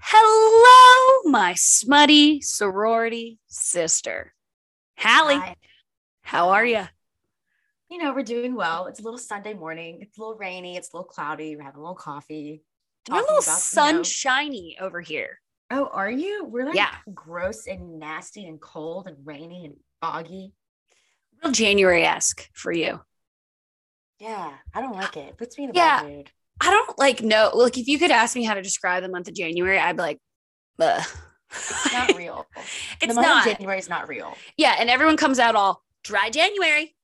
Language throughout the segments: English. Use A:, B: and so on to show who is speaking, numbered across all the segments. A: Hello, my smutty sorority sister. Hallie,
B: Hi.
A: how are you?
B: You know, we're doing well. It's a little Sunday morning. It's a little rainy. It's a little cloudy. We're having a little coffee.
A: We're a
B: talking
A: little
B: about, you know-
A: sunshiny over here.
B: Oh, are you? We're like
A: Yeah.
B: gross and nasty and cold and rainy and foggy.
A: Real January esque for you.
B: Yeah, I don't like it. Puts me in a
A: Yeah.
B: bad mood.
A: I don't like know. Like, if you could ask me how to describe the month of January, I'd be like, Ugh.
B: It's not real. the
A: it's
B: month
A: not.
B: of January is not real.
A: yeah. And everyone comes out all dry January.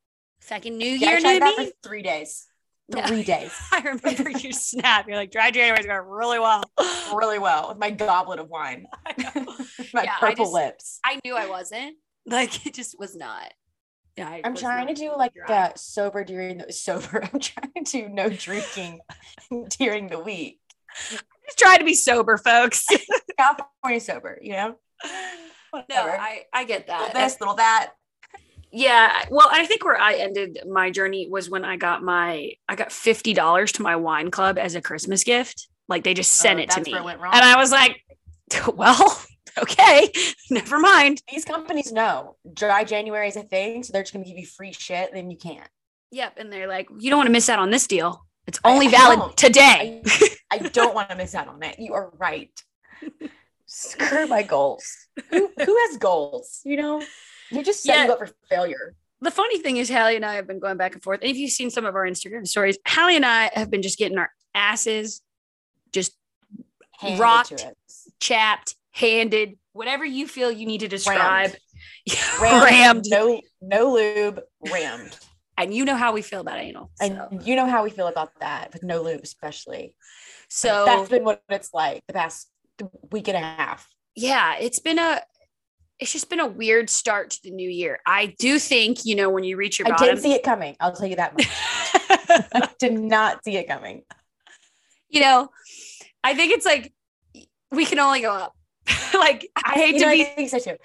A: Fucking New
B: Yeah,
A: Year,
B: I tried
A: new
B: that
A: me.
B: for three days.
A: No.
B: Three days.
A: I remember you snap. You're like, dry January's going really well.
B: Really well with my goblet of wine. my
A: Yeah, I
B: purple
A: just-
B: lips.
A: I knew I wasn't. Like, it just was not. Yeah, I
B: I'm
A: was
B: trying to
A: not
B: do like
A: dry.
B: uh, sober during the sober. I'm trying to do no drinking during the week.
A: just try to be sober, folks.
B: California sober, you know?
A: no,
B: Whatever.
A: I, I get that.
B: little this, little that.
A: Yeah. Well, I think where I ended my journey was when I got my I got fifty dollars to my wine club as a Christmas gift. Like they just sent
B: Oh,
A: it to
B: that's
A: me.
B: where it went wrong.
A: and I was like, well, okay, never mind.
B: These companies know dry January is a thing, so they're just gonna give you free shit, then you can't.
A: Yep. And they're like, you don't want to miss out on this deal. It's
B: I-
A: only
B: I
A: valid
B: don't.
A: today.
B: I, I don't want to miss out on that. You are right. Screw my goals. Who, who has goals? You know, you just set you
A: Yeah.
B: up for failure.
A: the funny thing is, Hallie and I have been going back and forth. And if you've seen some of our Instagram stories, Hallie and I have been just getting our asses just
B: Handed
A: Rocked.
B: to us.
A: chapped, handed, whatever you feel you need to describe.
B: Rammed.
A: rammed.
B: No, no lube. Rammed.
A: and you know how we feel about anal. So,
B: And you know how we feel about that with no lube, especially.
A: so
B: that's been what it's like the past week and a half.
A: yeah, it's been a, it's just been a weird start to the new year. I do think you know when you reach your
B: I
A: bottom,
B: didn't see it coming. I'll tell you that much. I did not see it coming.
A: you know, I think it's like we can only go up. like I hate
B: You
A: to
B: know,
A: be
B: I think so too.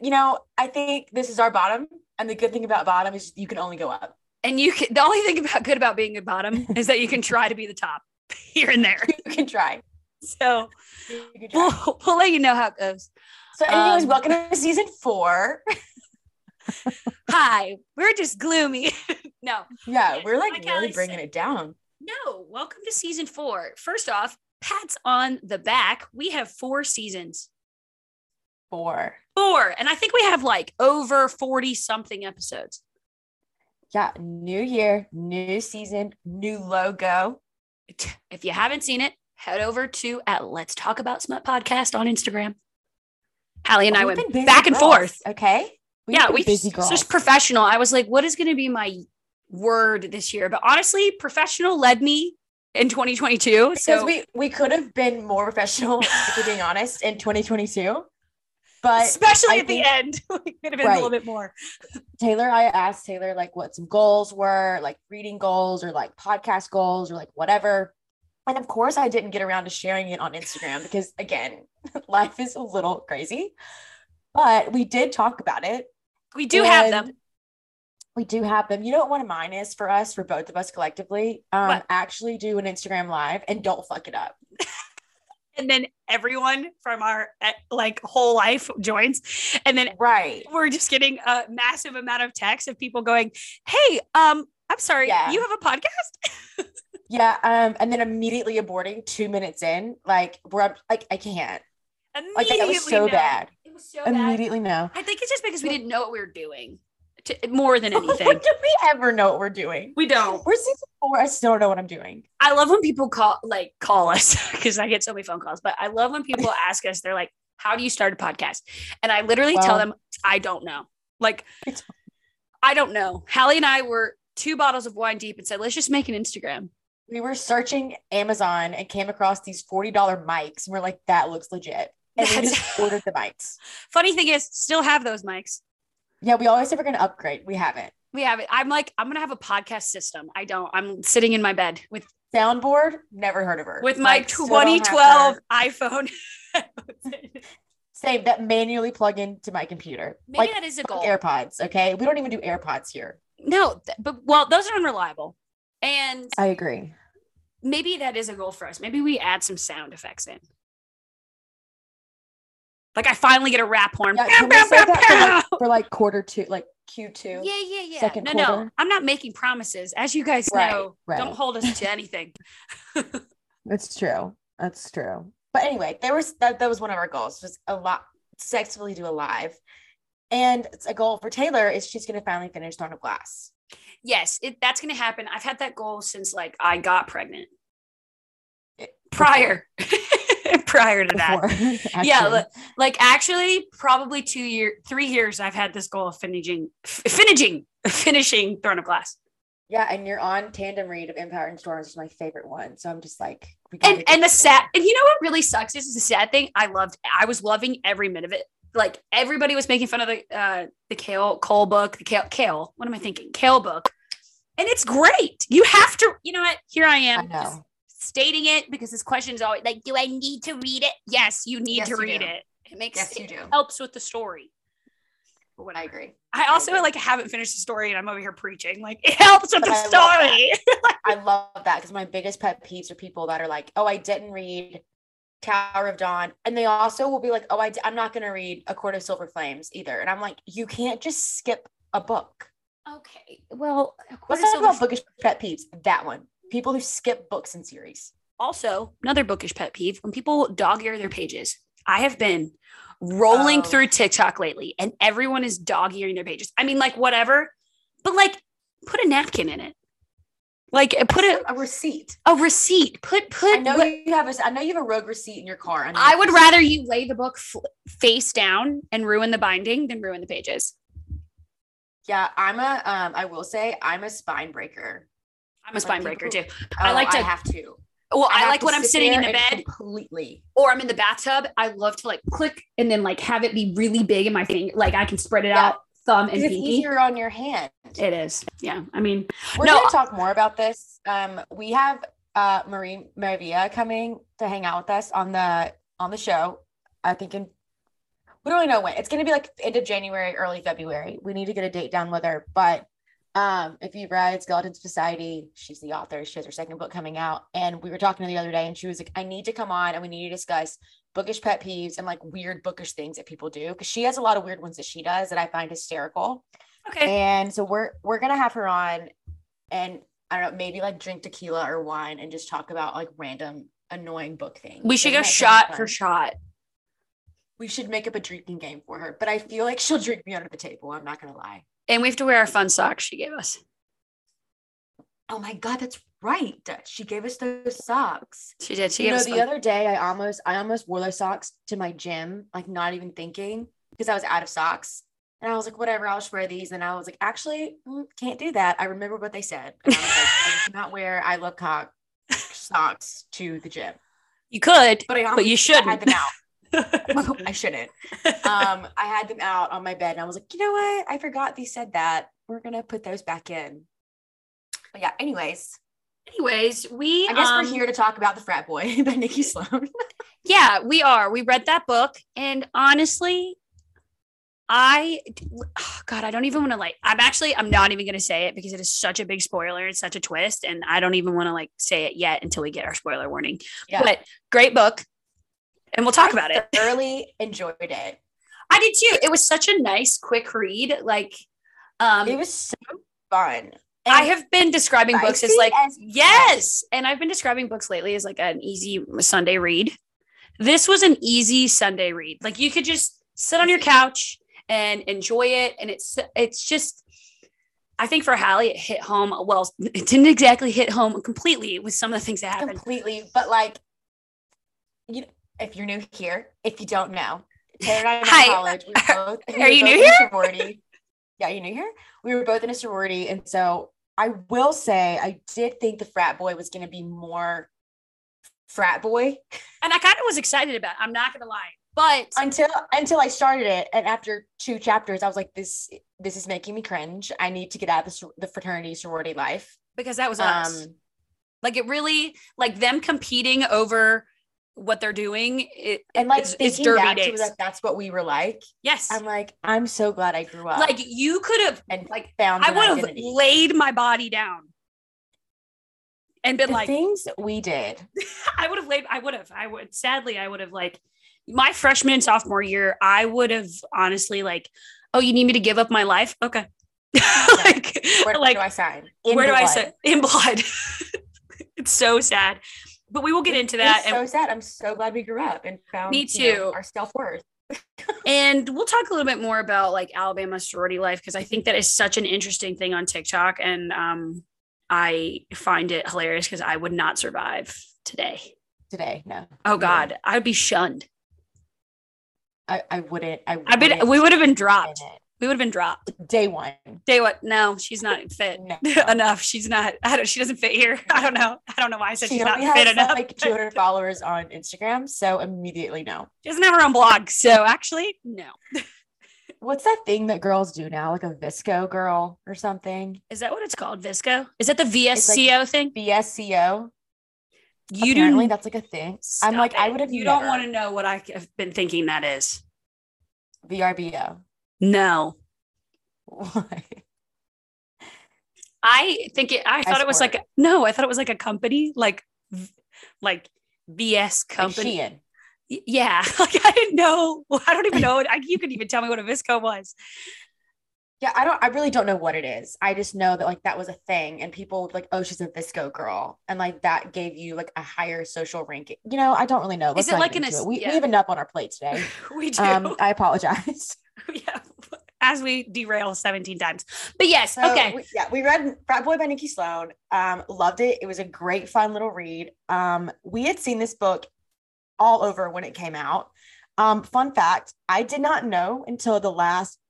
B: You know, I think this is our bottom, and the good thing about bottom is you can only go up.
A: And you can, the only thing about good about being a bottom is that you can try to be the top here and there.
B: You can try.
A: So
B: You can try.
A: we'll, we'll let you know how it goes.
B: so, anyways,
A: um,
B: welcome to season four.
A: Hi, we're just gloomy. no,
B: Yeah,
A: Yes,
B: we're like
A: like
B: really
A: Allie
B: bringing
A: said.
B: it down.
A: no. Welcome to season four. First off, pats on the back. We have four seasons,
B: Four.
A: four, and I think we have like over forty something episodes.
B: Yeah, new year, new season, new logo.
A: If you haven't seen it, head over to at Let's Talk About Smut podcast on Instagram. Hallie and I
B: We've
A: went
B: been busy
A: back and
B: girls,
A: forth.
B: Okay. We've
A: yeah,
B: been
A: we
B: busy
A: just,
B: girls.
A: it's just professional. I was like, what is going to be my word this year? But honestly, professional led me in 2022.
B: because
A: So
B: we we could have been more professional if we're being honest in 2022 but
A: especially
B: I
A: at the
B: think-
A: end, we could have been a little
B: Right.
A: bit more.
B: taylor i asked taylor like what some goals were like reading goals or like podcast goals or like whatever and of course i didn't get around to sharing it on instagram because again life is a little crazy but we did talk about it
A: We do have
B: and
A: them.
B: we do have them you know what one of mine is for us for both of us collectively um
A: What?
B: actually do an instagram live and don't fuck it up
A: And then everyone from our eh, like whole life joins. And then
B: right
A: we're just getting a massive amount of texts of people going, Hey, um, I'm sorry,
B: Yeah.
A: you have a podcast?
B: Yeah, um, and then immediately aborting two minutes in, like we're up, like I can't, like
A: Immediately
B: that was so
A: no.
B: bad.
A: It was so bad.
B: Immediately no.
A: I think it's just because we didn't know what we were doing to, more than
B: When
A: anything.
B: do we ever know what we're doing?
A: we don't.
B: We're season four. I still don't know what I'm doing.
A: I love when people call like call us because I get so many phone calls, but I love when people ask us, they're like, How do you start a podcast? And I literally tell
B: Wow.
A: them, I don't know. Like
B: It's-
A: I don't know. Hallie and I were two bottles of wine deep and said, Let's just make an Instagram.
B: We were searching Amazon and came across these forty dollar mics, and we're like, that looks legit, and we
A: That's-
B: just ordered the mics.
A: Funny thing is, still have those mics.
B: Yeah, we always say we're gonna upgrade. We haven't.
A: We have it. I'm like, I'm gonna have a podcast system. I don't. I'm sitting in my bed with
B: Soundboard, never heard of her.
A: with my
B: Mics, still don't have
A: 2012
B: her.
A: iPhone.
B: Same that manually plug into my computer.
A: Maybe
B: like
A: that is a
B: fuck
A: goal.
B: AirPods, okay? We don't even do AirPods here.
A: no, th- but well, those are unreliable. And
B: I agree.
A: maybe that is a goal for us. Maybe we add some sound effects in. Like I finally get a rap horn.
B: Yeah,
A: Pow,
B: can we
A: pow,
B: save
A: pow,
B: that
A: pow.
B: for like quarter two, like Q2?
A: yeah, yeah, yeah.
B: second
A: no, no.
B: quarter?
A: I'm not making promises. As you guys
B: Right,
A: know,
B: right.
A: don't hold us to anything.
B: That's true. That's true. But anyway, there was that that was one of our goals was a lot sexfully do alive. And it's a goal for Taylor is she's gonna finally finish Throne of Glass.
A: yes, it, that's going to happen. I've had that goal since like I got pregnant.
B: It-
A: Prior, prior to that,
B: Before,
A: Yeah,
B: actually.
A: look- like actually, probably two year, three years. I've had this goal of finishing, f- finishing, finishing Throne of Glass.
B: yeah, and you're on tandem read of Empire and Storms, which is my favorite one. So I'm just like we gotta
A: and
B: get
A: and the
B: this
A: sad
B: done.
A: and you know what really sucks this is the sad thing i loved i was loving every minute of it like everybody was making fun of the uh the kale cole book the kale kale what am i thinking kale book and it's great you have to you know what here i am
B: I
A: just
B: know.
A: stating it because this question is always like do i need to read it yes you need
C: Yes,
A: to
C: you
A: read
C: do.
A: it it makes
C: Yes,
A: it
C: you do.
A: helps with the story But when
C: I
A: I,
C: agree.
A: I also
B: agree.
A: like haven't finished the story and I'm over here preaching. Like it helps with
B: But
A: the
B: I love that.
A: story.
B: I love that because my biggest pet peeves are people that are like, oh, I didn't read Tower of Dawn. And they also will be like, oh, I d- I'm not going to read A Court of Silver Flames either. And I'm like, you can't just skip a book.
A: Okay. Well,
B: Let's talk about bookish pet peeves. That one. People who skip books and series.
A: Also, another bookish pet peeve when people dog ear their pages. I have been rolling
B: Oh.
A: through TikTok lately and everyone is dog earing their pages. I mean, like, whatever, but like, put a napkin in it. Like, put a,
B: A receipt.
A: a receipt. Put, put,
B: I know
A: what-
B: you have a. I know you have a rogue receipt in your car. know
A: I
B: you-
A: would rather you lay the book f- face down and ruin the binding than ruin the pages.
B: Yeah, I'm a. Um, I will say I'm a spine breaker.
A: I'm a
B: Like
A: spine
B: people
A: breaker
B: who-
A: too. I like to-
B: I have to.
A: Well, I,
B: have
A: like
B: to
A: when I'm
B: sit
A: sitting in
B: there
A: the
B: and
A: bed
B: completely.
A: or I'm in the bathtub. I love to like click and then like have it be really big in my finger. Like I can spread it
B: Yeah.
A: out, thumb and
B: Because it's
A: pinky.
B: easier on your hand.
A: It is. Yeah. I mean,
B: We're
A: No,
B: gonna talk more about this. Um, we have uh Marie Maravilla coming to hang out with us on the on the show. I think in we don't really know when. It's gonna be like end of January, early February. We need to get a date down with her. But um, if you read Skeleton Society, she's the author. She has her second book coming out, and we were talking to her the other day, and she was like, "I need to come on, and we need to discuss bookish pet peeves and like weird bookish things that people do." Because she has a lot of weird ones that she does that I find hysterical
A: okay.
B: and so we're we're gonna have her on and i don't know maybe like drink tequila or wine and just talk about like random annoying book things
A: We should
B: Isn't
A: go
B: that
A: shot
B: kinda
A: for
B: fun?
A: shot.
B: we should make up a drinking game for her but i feel like she'll drink me under the table i'm not gonna lie
A: And we have to wear our fun socks she gave us.
B: oh my god that's right she gave us those socks
A: She did. She
B: you
A: gave
B: know
A: us
B: the
A: fun-
B: other day i almost i almost wore those socks to my gym like not even thinking because i was out of socks and I was like, whatever, I'll just wear these. And I was like, actually, mm, can't do that. I remember what they said. And I was like, I cannot wear I love cock socks to the gym.
A: You could,
B: But Um, I almost
A: but you
B: had
A: shouldn't.
B: them out. I shouldn't. Um, I had them out on my bed and I was like, you know what? I forgot they said that. We're gonna put those back in. But yeah, anyways,
A: Anyways, we
B: I guess
A: um,
B: we're here to talk about the frat boy by Nikki Sloan.
A: Yeah, we are. We read that book, and honestly, I oh God, I don't even want to like. I'm actually, I'm not even going to say it because it is such a big spoiler. It's such a twist, and I don't even want to like say it yet until we get our spoiler warning.
B: Yeah.
A: But great book, and we'll talk about it.
B: I thoroughly enjoyed it.
A: I did too. It was such a nice, quick read. Like, um,
B: It was so fun.
A: I
B: And
A: have been describing books as
B: spicy
A: like
B: as-
A: yes, and I've been describing books lately as like an easy Sunday read. This was an easy Sunday read. Like you could just sit on your couch and enjoy it, and it's it's just. I think for Hallie, it hit home. Well, it didn't exactly hit home completely with some of the things that happened.
B: completely, but like, you know, if you're new here, if you don't know, Taylor and I met
A: Hi.
B: in college. We were both, we
A: Are
B: were
A: you
B: both
A: new
B: in a
A: here?
B: Sorority. yeah, you new here? We were both in a sorority, and so I will say I did think the frat boy was going to be more frat boy
A: And I kind of was excited about. It, I'm not gonna lie, but
B: until until I started it, and after two chapters, I was like, this this is making me cringe. I need to get out of the, sor- the fraternity sorority life.
A: because that was us.
B: Um,
A: Like it really, like them competing over what they're doing it,
B: and like
A: it's,
B: thinking
A: it's derby
B: back to
A: days.
B: that that's what we were like.
A: yes.
B: I'm like, I'm so glad I grew up.
A: like you could have
B: and
A: like,
B: found
A: I
B: an
A: would have
B: identity.
A: laid my body down and been
B: the
A: like,
B: things that we did.
A: I would have laid, I would have, I would, sadly, I would have like my freshman and sophomore year, I would have honestly like, oh, you need me to give up my life? Okay. like,
B: Where
A: like,
B: do I sign? In
A: where do I
B: blood.
A: say in blood? it's so sad, but we will get into that.
B: It's
A: And,
B: so sad. I'm so glad we grew up and found
A: Me
B: you know,
A: too.
B: our self worth.
A: and we'll talk a little bit more about like Alabama sorority life because I think that is such an interesting thing on TikTok. And um, I find it hilarious because I would not survive today.
B: today. No,
A: Oh God, I would be shunned.
B: I, I wouldn't. I,
A: I bet
B: wouldn't
A: we would have been
B: have
A: dropped.
B: been it.
A: We would have been dropped.
B: Day one.
A: Day what? No, she's not fit
B: No.
A: enough. She's not. I don't. She doesn't fit here. I don't know. I don't know why I said
B: She
A: she's not
B: only has
A: fit enough.
B: like 200 followers on Instagram, so immediately no.
A: She doesn't have her own blog, so actually, no.
B: What's that thing that girls do now? Like a visco girl or something?
A: Is that what it's called? Visco? Is that the VSCO thing?
B: BSCO.
A: You
B: Apparently,
A: do.
B: that's like a thing. I'm like,
A: Stop
B: I
A: it.
B: would have.
A: You don't want to know what I have been thinking that is.
B: to VRBO.
A: No,
B: Why?
A: I think it. I thought it was
B: sport.
A: like a- no. I thought it was like a company, like v- like VS
B: Like
A: company.
B: Shein.
A: Y- yeah, like I didn't know. Well, I don't even know. I, you could even tell me what a visco was.
B: Yeah, I don't. I really don't know what it is. I just know that like that was a thing, and people were like, oh, she's a visco girl, and like that gave you like a higher social ranking. You know, I don't really know. Let's
A: it
B: not
A: like
B: get
A: an
B: into
A: ass-
B: it. We,
A: yeah.
B: we have enough on our plate today.
A: We do.
B: Um, I apologize.
A: yeah. As we derail 17 times. But yes,
B: So,
A: okay.
B: we- yeah, we read Frat Boy by Nikki Sloan. Um, loved it. It was a great, fun little read. Um, we had seen this book all over when it came out. Um, fun fact: I did not know until the last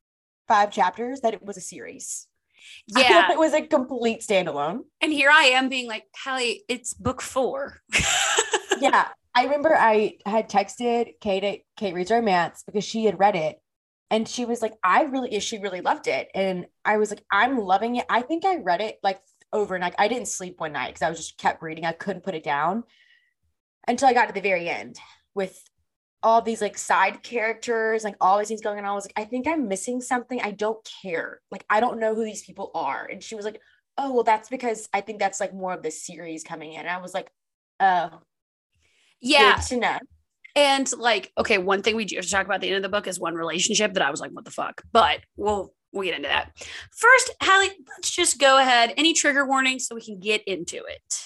B: five chapters that it was a series. I
A: yeah.
B: thought it was a complete standalone.
A: and here I am being like, Hallie, it's book four.
B: yeah, I remember I had texted Kate at Kate Reads Romance because she had read it. And she was like, I really, she really loved it. And I was like, I'm loving it. I think I read it like overnight. I didn't sleep one night because I was just kept reading. I couldn't put it down until I got to the very end with all these like side characters, like all these things going on. I was like, I think I'm missing something. I don't care. Like, I don't know who these people are. And she was like, Oh, well, that's because I think that's like more of the series coming in. And I was like, Oh,
A: yeah.
B: Good to know.
A: And like, okay, one thing we do have to talk about at the end of the book is one relationship that I was like, what the fuck? But we'll we'll get into that. First, Hallie, let's just go ahead. Any trigger warnings so we can get into it.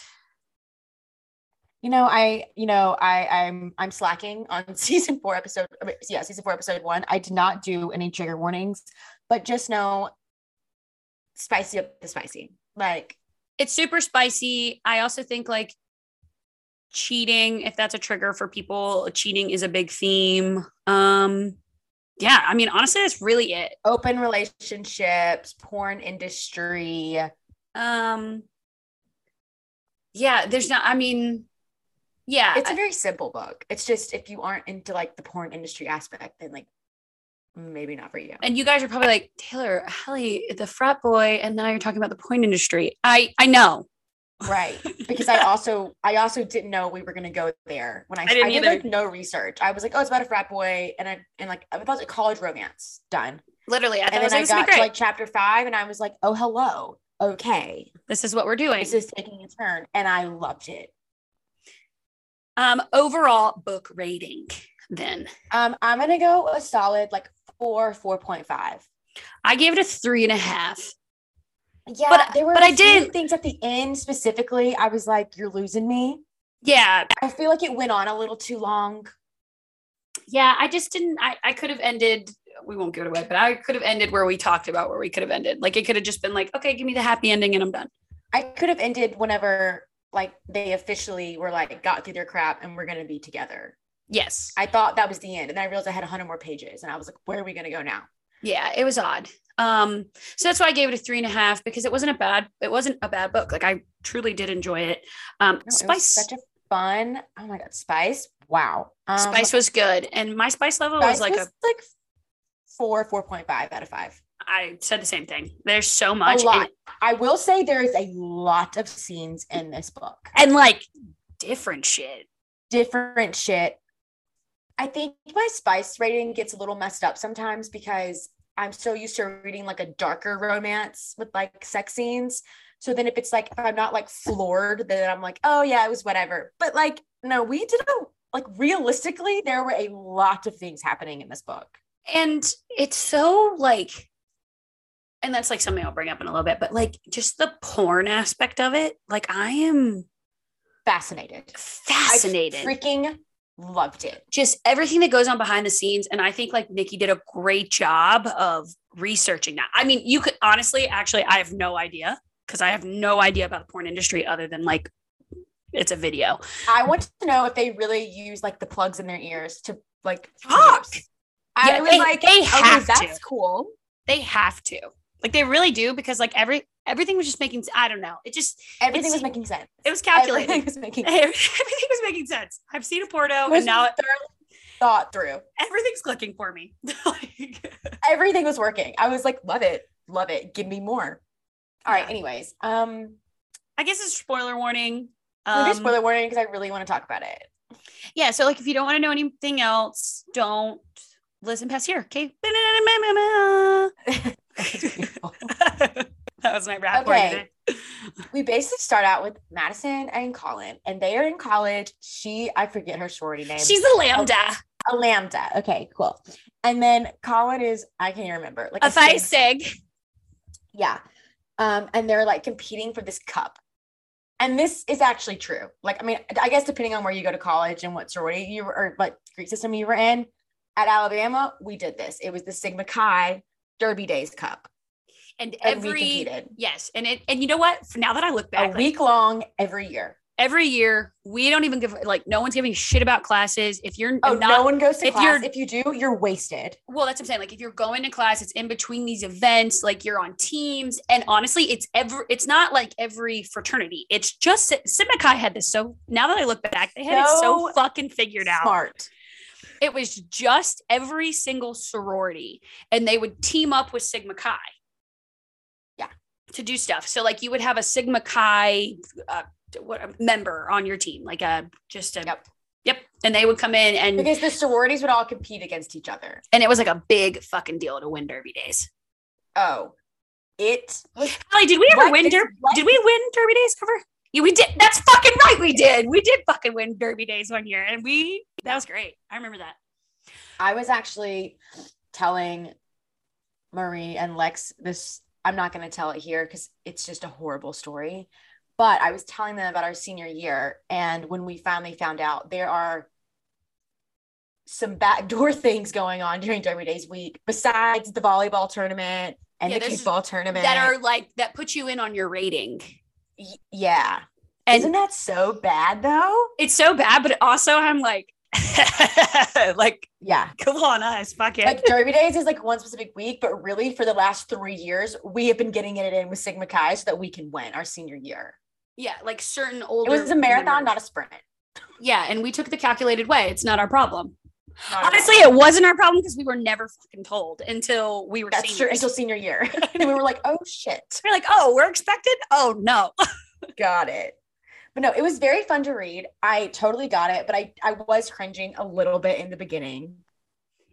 B: You know, I, you know, I, I'm, I'm slacking on season four, episode, I mean, yeah, season four, episode one. I did not do any trigger warnings, but just know, spicy up the spicy. Like,
A: it's super spicy. I also think like cheating, if that's a trigger for people, cheating is a big theme. Um, yeah, I mean, honestly, that's really it.
B: open relationships, porn industry.
A: Um, yeah, there's not. I mean, yeah,
B: It's a very simple book. It's just if you aren't into like the porn industry aspect, then like maybe not for you.
A: and you guys are probably like Taylor, Hallie, the frat boy, and now you're talking about the porn industry. I I know.
B: right because i also i also didn't know we were going to go there when i, I,
A: didn't
B: did
A: either.
B: like no research i was like oh it's about a frat boy and i and like i thought it was a college romance done
A: Literally, I thought
B: and
A: it was
B: then i
A: like, this would be
B: got to
A: great.
B: like chapter five and i was like oh hello okay
A: this is what we're doing.
B: this is taking a turn and i loved it
A: Um, overall book rating. Then
B: um i'm going to go a solid like four four point five
A: I gave it a three and a half.
B: yeah
A: But-
B: there were
A: but
B: a
A: I
B: few
A: did-
B: things at the end specifically i was like you're losing me
A: Yeah,
B: i feel like it went on a little too long
A: yeah i just didn't i, I could have ended we won't give it away but i could have ended where we talked about where we could have ended like it could have just been like okay give me the happy ending and i'm done
B: I could have ended whenever like they officially were like got through their crap and we're gonna be together.
A: yes
B: I thought that was the end, and then I realized I had 100 more pages, and I was like, "Where are we gonna go now?"
A: yeah it was odd um so that's why i gave it a three and a half because it wasn't a bad it wasn't a bad book like i truly did enjoy it um
B: No, Oh, it was
A: spice
B: such a fun. Oh my god, spice! Wow, um,
A: spice was good and my spice level was
B: Spice
A: like a
B: like four, four point five out of five.
A: i said the same thing there's so much
B: a
A: and-
B: lot. I will say there is a lot of scenes in this book.
A: and like different shit
B: different shit. I think my spice rating gets a little messed up sometimes because I'm so used to reading like a darker romance with like sex scenes. So then if it's like if I'm not like floored, then I'm like, oh yeah, it was whatever. But like, no, we did a like realistically, there were a lot of things happening in this book.
A: And it's so like, and that's like something I'll bring up in a little bit, but like just the porn aspect of it, like I am
B: Fascinated.
A: fascinated.
B: I freaking loved it.
A: just everything that goes on behind the scenes. And I think like Nikki did a great job of researching that. I mean, you could honestly, actually, I have no idea because I have no idea about the porn industry other than like it's a video.
B: I want to know if they really use like the plugs in their ears to like
A: Fuck.
B: produce. I
A: Yeah,
B: was
A: they-
B: like,
A: they
B: okay,
A: have to.
B: that's cool.
A: They have to. Like they really do because like every everything was just making I don't know. It just
B: Everything
A: It's-
B: was making sense.
A: it was calculated.
B: Everything was making sense.
A: Everything was making sense. I've seen a porno
B: was
A: and now
B: thoroughly thought through.
A: everything's clicking for me. like,
B: Everything was working. I was like, love it, love it. Give me more. All right.
A: Yeah.
B: Anyways, um,
A: I guess it's spoiler warning.
B: we'll do
A: Um,
B: spoiler warning because I really want to talk about it.
A: yeah so like if you don't want to know anything else don't listen past here okay that was my rap for
B: Okay.
A: today.
B: we basically start out with Madison and Colin, and they are in college. She, I forget her sorority name.
A: she's a lambda
B: a lambda. Okay, cool. And then Colin is, I can't remember. Like
A: a phi
B: sig.
A: sig
B: Yeah. Um, and they're like competing for this cup. And this is actually true. Like, I mean, I guess depending on where you go to college and what sorority you were, or what Greek system you were in, at Alabama, we did this. It was the Sigma Chi Derby Days Cup.
A: and
B: And we
A: every
B: competed.
A: yes and it and you know what now that i look
B: A
A: back like,
B: week long every year.
A: every year we don't even give like no one's giving a shit about classes if you're
B: Oh,
A: not
B: no one goes to
A: if
B: class.
A: you're-
B: if you do, you're wasted.
A: well that's what i'm saying like if you're going to class it's in between these events like you're on teams and honestly it's every it's not like every fraternity it's just Si- sigma chi had this so now that i look back they had it so
B: So
A: fucking figured out
B: Smart.
A: it was just every single sorority and they would team up with sigma chi
B: Yeah.
A: to do stuff so like you would have a sigma chi uh, what, a member on your team like a just a
B: Yep.
A: yep and they would come in and
B: Because the sororities would all compete against each other.
A: and it was like a big fucking deal to win derby days
B: Oh, it was
A: Holly, did we ever
B: What
A: win
B: is-
A: derby?
B: what-
A: Did we win derby days ever? Yeah, we did. That's fucking right. We did. We did fucking win derby days one year, and we that was great. I remember that.
B: I was actually telling Marie and Lex this. I'm not going to tell it here because it's just a horrible story. But I was telling them about our senior year. And when we finally found out, there are some backdoor things going on during Derby Days week besides the volleyball tournament and
A: Yeah,
B: the
A: there's-
B: kickball tournament.
A: That are like that put you in on your rating,
B: Y- yeah.
A: and
B: Isn't that so bad though?
A: it's so bad. But also, I'm like, like
B: Yeah.
A: come on us, fuck it.
B: like Derby Days is like one specific week, but really for the last three years, we have been getting it in with Sigma Chi so that we can win our senior year.
A: yeah, like certain older.
B: It was a marathon,
A: members.
B: not a sprint.
A: yeah, and we took the calculated way. It's not our problem.
B: Not at all.
A: Honestly, it wasn't our problem because we were never fucking told until we were
B: that's true.
A: seniors.
B: Until senior year, and then we were like, "Oh shit,
A: We're like, oh, we're expected. Oh no.
B: got it." But no, it was very fun to read. I totally got it, but I I was cringing a little bit in the beginning.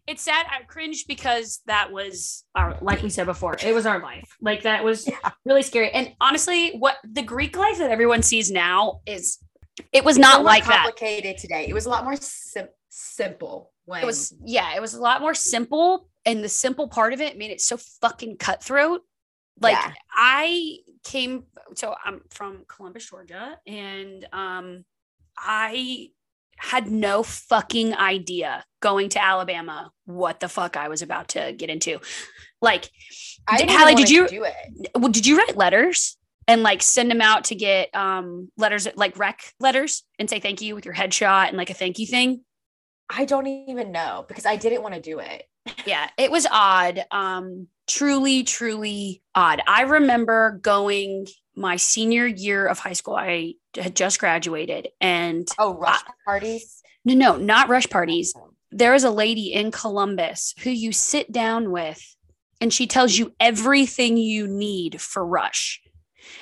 A: it's sad i cringe because that was our like we said before it was our life like that was
B: Yeah.
A: really scary and honestly what the greek life that everyone sees now is it was not like that
B: complicated today. It was a lot more sim- simple. When
A: it was yeah it was a lot more simple and the simple part of it made it so fucking cutthroat like
B: Yeah.
A: i came so i'm from columbus georgia and um i had no fucking idea going to alabama what the fuck i was about to get into like
B: I
A: did-
B: didn't even
A: Hallie,
B: wanna
A: did you-
B: do it?
A: well, did you write letters and like send them out to get um letters like rec letters and say thank you with your headshot and like a thank you thing
B: I don't even know because I didn't want to do it.
A: yeah it was odd um truly truly odd i remember going my senior year of high school i had just graduated and
B: Oh, rush parties.
A: no no not rush Ah. parties there is a lady in columbus who you sit down with and she tells you everything you need for rush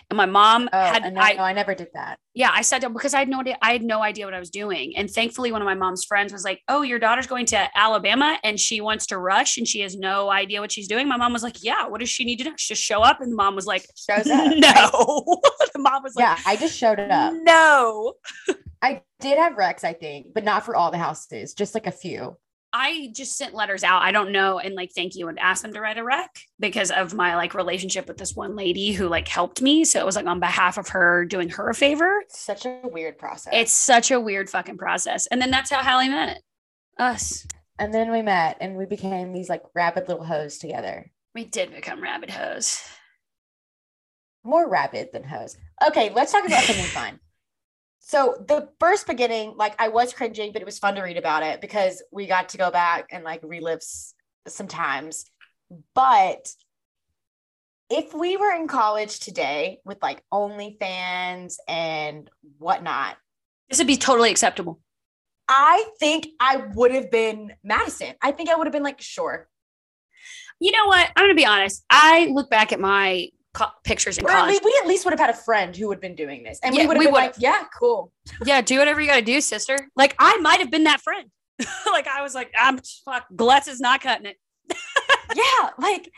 A: And my mom
B: Oh,
A: had
B: and no,
A: I,
B: no, I never did that.
A: yeah, I sat down because I had no idea I had no idea what I was doing. And thankfully one of my mom's friends was like, "Oh, your daughter's going to Alabama and she wants to rush and she has no idea what she's doing." My mom was like, "Yeah, what does she need to do? Just show up." And the mom was like,
B: Shows up. right?
A: "No." the mom was like,
B: Yeah, I just showed it up.
A: "No."
B: I did have Rex, I think, but not for all the houses, just like a few.
A: I just sent letters out. I don't know. And like, thank you. And asked them to write a rec because of my like relationship with this one lady who like helped me. So it was like on behalf of her doing her a favor.
B: Such a weird process.
A: It's such a weird fucking process. And then that's how Hallie met us.
B: and then we met and we became these like rabid little hoes together.
A: We did become rabbit hoes.
B: More rabid than hoes. Okay, let's talk about something fun. So the first beginning, like I was cringing, but it was fun to read about it because we got to go back and like relive s- some times. But if we were in college today with like OnlyFans and whatnot,
A: This would be totally acceptable.
B: I think I would have been Madison. I think I would have been like, sure.
A: You know what? I'm going to be honest. I look back at my co- pictures in
B: Or at
A: college.
B: least, we at least would have had a friend who would have been doing this. And
A: Yeah,
B: we would have
A: we
B: been
A: would've.
B: like, yeah, cool.
A: yeah, do whatever you got to do, sister. Like, I might have been that friend. like, I was like, I'm fuck, Glutz is not cutting it.
B: yeah, like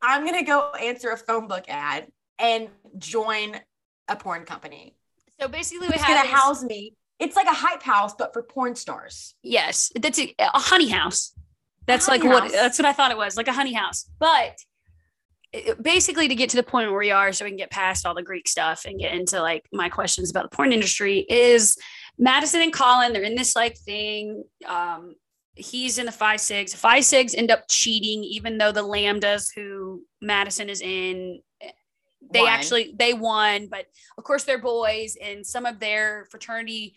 B: I'm going to go answer a phone book ad and join a porn company.
A: So basically, we
B: It's
A: had
B: going to
A: this-
B: house me. It's like a hype house, but for porn stars.
A: Yes, that's a, a honey house. That's
B: honey
A: like what
B: house.
A: that's what I thought it was, like a honey house. But it- basically, to get to the point where we are, so we can get past all the Greek stuff and get into like my questions about the porn industry, is Madison and Colin. They're in this like thing. Um, he's in the five sigs. Five sigs end up cheating, even though the lambdas who Madison is in they
B: Won.
A: actually they won but of course they're boys and some of their fraternity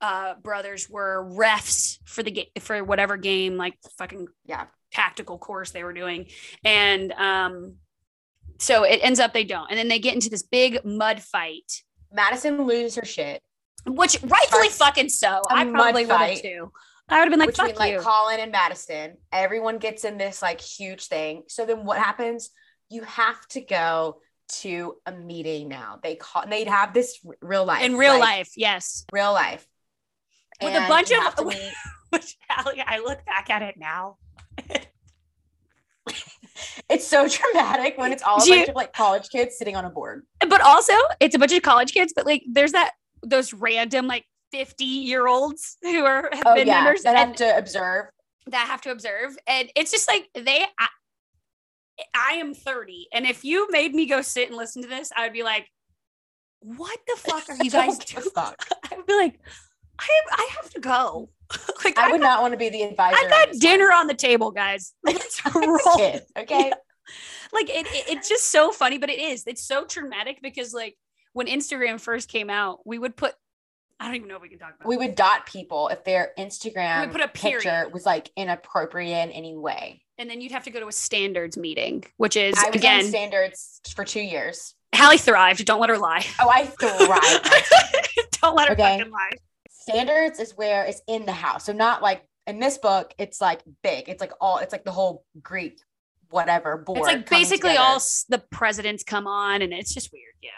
A: uh brothers were refs for the game for whatever game like fucking
B: Yeah.
A: tactical course they were doing and um so it ends up they don't and then they get into this big mud fight
B: Madison loses her shit,
A: which rightfully
B: Starts
A: fucking so
B: a
A: I
B: mud
A: probably would have
B: fight.
A: too i would have been like
B: between
A: fuck
B: like
A: you
B: Colin and Madison. Everyone gets in this like huge thing. So then what happens? You have to go to a meeting now. They call and they'd have this r- real life.
A: in real
B: like,
A: life yes
B: Real life.
A: With a bunch
B: you
A: of-
B: have to meet-
A: which Allie, i look back at it now
B: it's so dramatic when it's all a
A: Do you-
B: bunch of like college kids sitting on a board.
A: but also it's a bunch of college kids but like there's that those random like 50 year olds who are have
B: Oh
A: been
B: yeah,
A: members
B: that have
A: and
B: to observe.
A: that have to observe and it's just like they I, I am 30 and if you made me go sit and listen to this I would be like what the fuck are you
B: Don't
A: guys
B: give a
A: doing
B: fuck.
A: I would be like I I have to go like I,
B: I would not want to be the advisor.
A: I
B: on
A: got
B: this
A: dinner on the table guys let's
B: one.
A: roll
B: Kid, okay.
A: like it, it- it's just so funny but it is it's so traumatic because like when instagram first came out we would put i don't even know if we can talk about
B: We
A: we,
B: would dot people if their Instagram
A: We put a
B: picture
A: period.
B: was like inappropriate in any way.
A: and then you'd have to go to a standards meeting which is
B: I was on
A: again
B: standards for two years.
A: hallie thrived don't let her lie
B: Oh, I thrive. on standards.
A: don't let her
B: Okay.
A: fucking lie
B: standards is where it's in the house. So not like in this book, it's like big. It's like all it's like the whole Greek whatever board.
A: it's like
B: coming
A: basically
B: together.
A: all s- the presidents come on and it's just weird yeah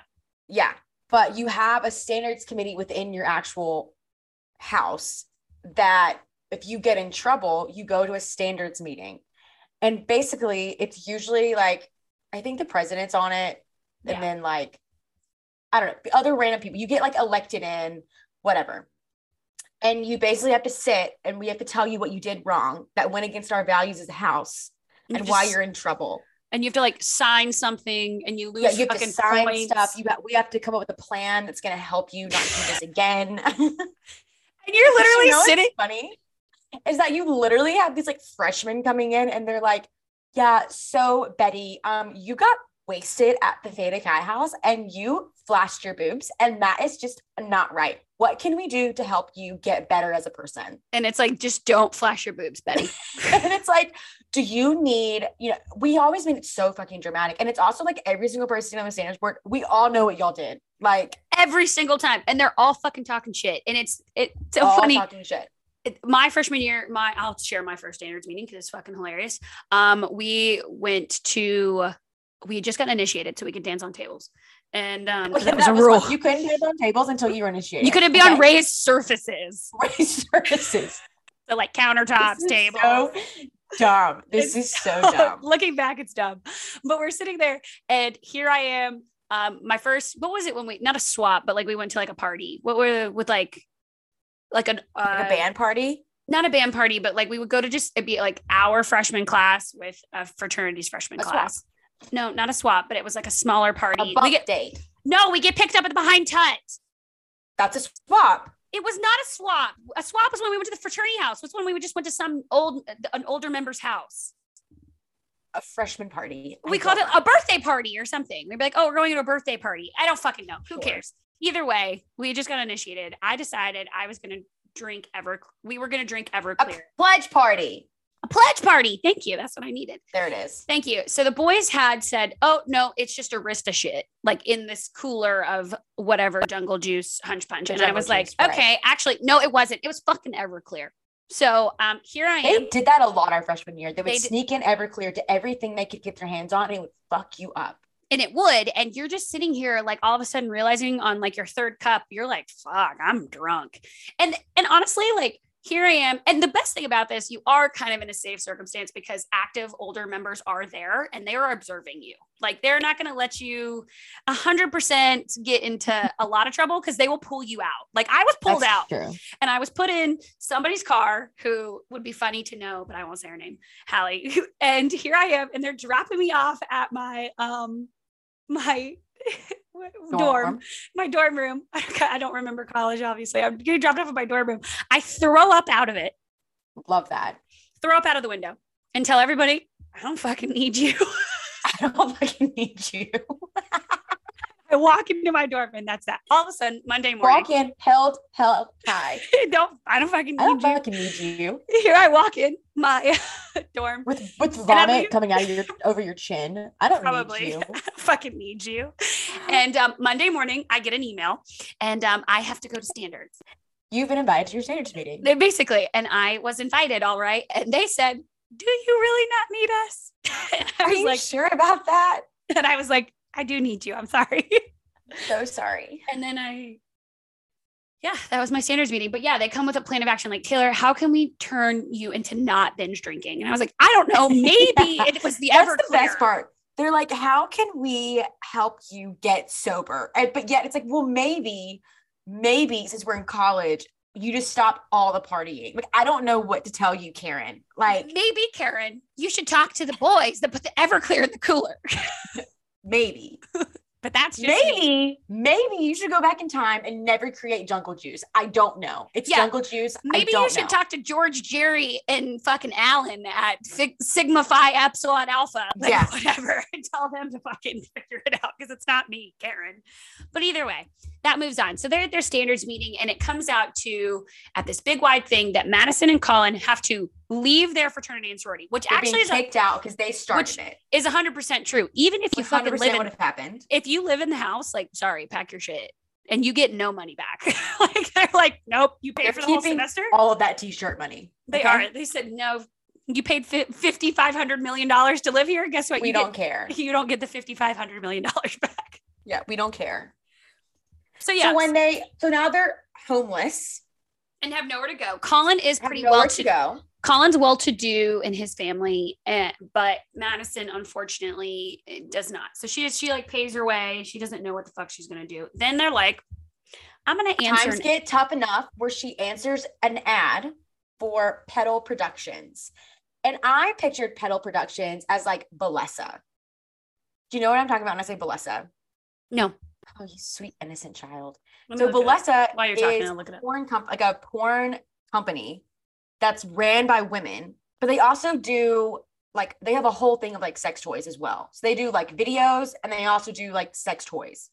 B: yeah. But you have a standards committee within your actual house that if you get in trouble, you go to a standards meeting. And basically it's usually like I think the president's on it.
A: Yeah.
B: And then like I don't know, the other random people. You get like elected in, whatever. And you basically have to sit and we have to tell you what you did wrong that went against our values as a house
A: You
B: and why
A: just-
B: you're in trouble.
A: and you have to like sign something and you lose
B: Yeah, you have
A: fucking
B: to sign
A: points.
B: stuff. You got, we have to come up with a plan that's going to help you not do this again.
A: and you're literally
B: You know what's
A: sitting
B: Funny is that you literally have these like freshmen coming in and they're like, "Yeah, so Betty, um, you got wasted at the Theta Chi house and you flashed your boobs, and that is just not right. What can we do to help you get better as a person?"
A: and it's like just don't flash your boobs betty
B: and it's like, do you need, you know, we always make it so fucking dramatic. And it's also like every single person on the standards board, we all know what y'all did. Like,
A: every single time and they're all fucking talking shit and it's it's so
B: all
A: funny
B: fucking shit.
A: it- my freshman year, my I'll share my first standards meeting because it's fucking hilarious. Um, we went to we had just got initiated so we could dance on tables. and um,
B: Like,
A: that was
B: Oh, that
A: a
B: was
A: rule.
B: what- You couldn't be on tables until you were initiated.
A: You couldn't be on raised surfaces,
B: race services.
A: so like countertops,
B: This is
A: tables.
B: So dumb. This
A: It's
B: is so dumb.
A: Looking back, it's dumb. But we're sitting there, and here I am. Um, my first, what was it when we not a swap, but like we went to like a party. What were with like, like an uh,
B: Like a band party.
A: not a band party, but like we would go to just it'd be like our freshman class with a fraternity's freshman
B: A swap.
A: class. No, not a swap, but it was like a smaller party.
B: A
A: we
B: bump
A: get
B: date.
A: no, we get picked up at the behind tut.
B: That's a swap.
A: It was not a swap. A swap was when we went to the fraternity house. Was when we just went to some old an older member's house.
B: A freshman party. I
A: we called it a
B: don't
A: birthday party or something. We'd be like, oh, we're going to a birthday party. I don't fucking know. Who
B: Sure.
A: cares? Either way, we just got initiated. I decided I was going to drink ever. We were going to drink
B: know.
A: Everclear.
B: a pledge party.
A: A pledge party. Thank you. That's what I needed.
B: There it is.
A: Thank you. So the boys had said, oh, no, it's just Arista shit, like in this cooler of whatever jungle juice, hunch punch.
B: The
A: And I
B: jungle
A: was like,
B: juice, right.
A: okay, actually, no, it wasn't. It was fucking Everclear. So um, here I am.
B: They did that a lot our freshman year. They would
A: They did-
B: sneak in Everclear to everything they could get their hands on, and it would fuck you up.
A: and it would and you're just sitting here like all of a sudden realizing on like your third cup you're like fuck i'm drunk and and honestly like here i am and the best thing about this you are kind of in a safe circumstance because active older members are there and they are observing you like they're not going to let you 100% get into a lot of trouble because they will pull you out like i was pulled
B: That's
A: out
B: True.
A: and I was put in somebody's car who would be funny to know, but I won't say her name, Hallie. And here I am, and they're dropping me off at my um my dorm.
B: Dorm.
A: my dorm room. I don't remember college, obviously. I'm getting dropped off at my dorm room. I throw up out of it,
B: Love that.
A: throw up out of the window, and tell everybody I don't fucking need you.
B: I don't fucking need you.
A: I walk into my dorm, and that's that. All of a sudden, Monday morning,
B: Walk in, held, held high.
A: don't I don't fucking
B: I don't
A: need you.
B: fucking need you.
A: Here I walk in my dorm.
B: With with
A: I
B: vomit
A: leave.
B: coming out of your over your chin. I don't
A: Probably.
B: need you.
A: fucking need you. And um, Monday morning, I get an email and um, I have to go to standards.
B: You've been invited to your standards meeting.
A: They basically, and I was invited, all right. And they said, Do you really not need us? And I
B: Are
A: was
B: you
A: like,
B: sure about that?
A: And I was like, I do need you. I'm sorry.
B: So sorry.
A: And then I, yeah, that was my standards meeting. But yeah, they come with a plan of action like, Taylor, how can we turn you into not binge drinking? And I was like, I don't know. Maybe it was the
B: That's
A: ever
B: the best part. They're like, how can we help you get sober? And, but yet it's like, well, maybe, maybe since we're in college, you just stop all the partying. Like, I don't know what to tell you, Karen. Like,
A: Maybe Karen, you should talk to the boys that put the Everclear in the cooler.
B: Mm-hmm. maybe,
A: But that's just me.
B: maybe, maybe you should go back in time and never create jungle juice. I don't know. It's
A: Yeah.
B: jungle juice. I
A: Maybe
B: don't
A: you should
B: know.
A: talk to George, Jerry, and fucking Alan at Fig- Sigma Phi Epsilon Alpha, like
B: Yeah.
A: whatever, and tell them to fucking figure it out because it's not me, Karen. But either way, that moves on. So they're at their standards meeting, and it comes out to at this big wide thing that Madison and Colin have to leave their fraternity and sorority, which
B: They're
A: actually
B: being
A: is, a,
B: kicked out because they started
A: Which
B: it.
A: is 100% true. Even if you
B: You
A: fucking live
B: hundred percent
A: in
B: would have happened.
A: if you live in the house, like, sorry, pack your shit. And you get no money back. like they're like, nope, you pay
B: They're
A: for the whole
B: keeping
A: semester.
B: All of that t-shirt money.
A: They
B: okay?
A: are. They said no. You paid fi- fifty five hundred million dollars to live here. Guess what?
B: We
A: you
B: don't care.
A: Get, you don't get the fifty five hundred million dollars back.
B: Yeah, we don't care.
A: So yeah,
B: So when they so now they're homeless,
A: and have nowhere to go. Colin is
B: have
A: pretty
B: nowhere
A: well
B: to
A: to.
B: go.
A: Colin's well to do in his family, and, but Madison unfortunately eh, does not. So she she like pays her way. She doesn't know what the fuck she's gonna do. Then they're like, I'm gonna answer.
B: Times
A: an-
B: get tough enough where she answers an ad for Pedal Productions. And I pictured Pedal Productions as like Balessa. Do you know what I'm talking about when I say Balessa?
A: no.
B: Oh, you sweet innocent child.
A: Let me
B: So
A: look it up.
B: Balessa
A: While you're talking,
B: is
A: I'll look it up.
B: porn comp- like a porn company that's ran by women, but they also do like they have a whole thing of like sex toys as well. So they do like videos and they also do like sex toys.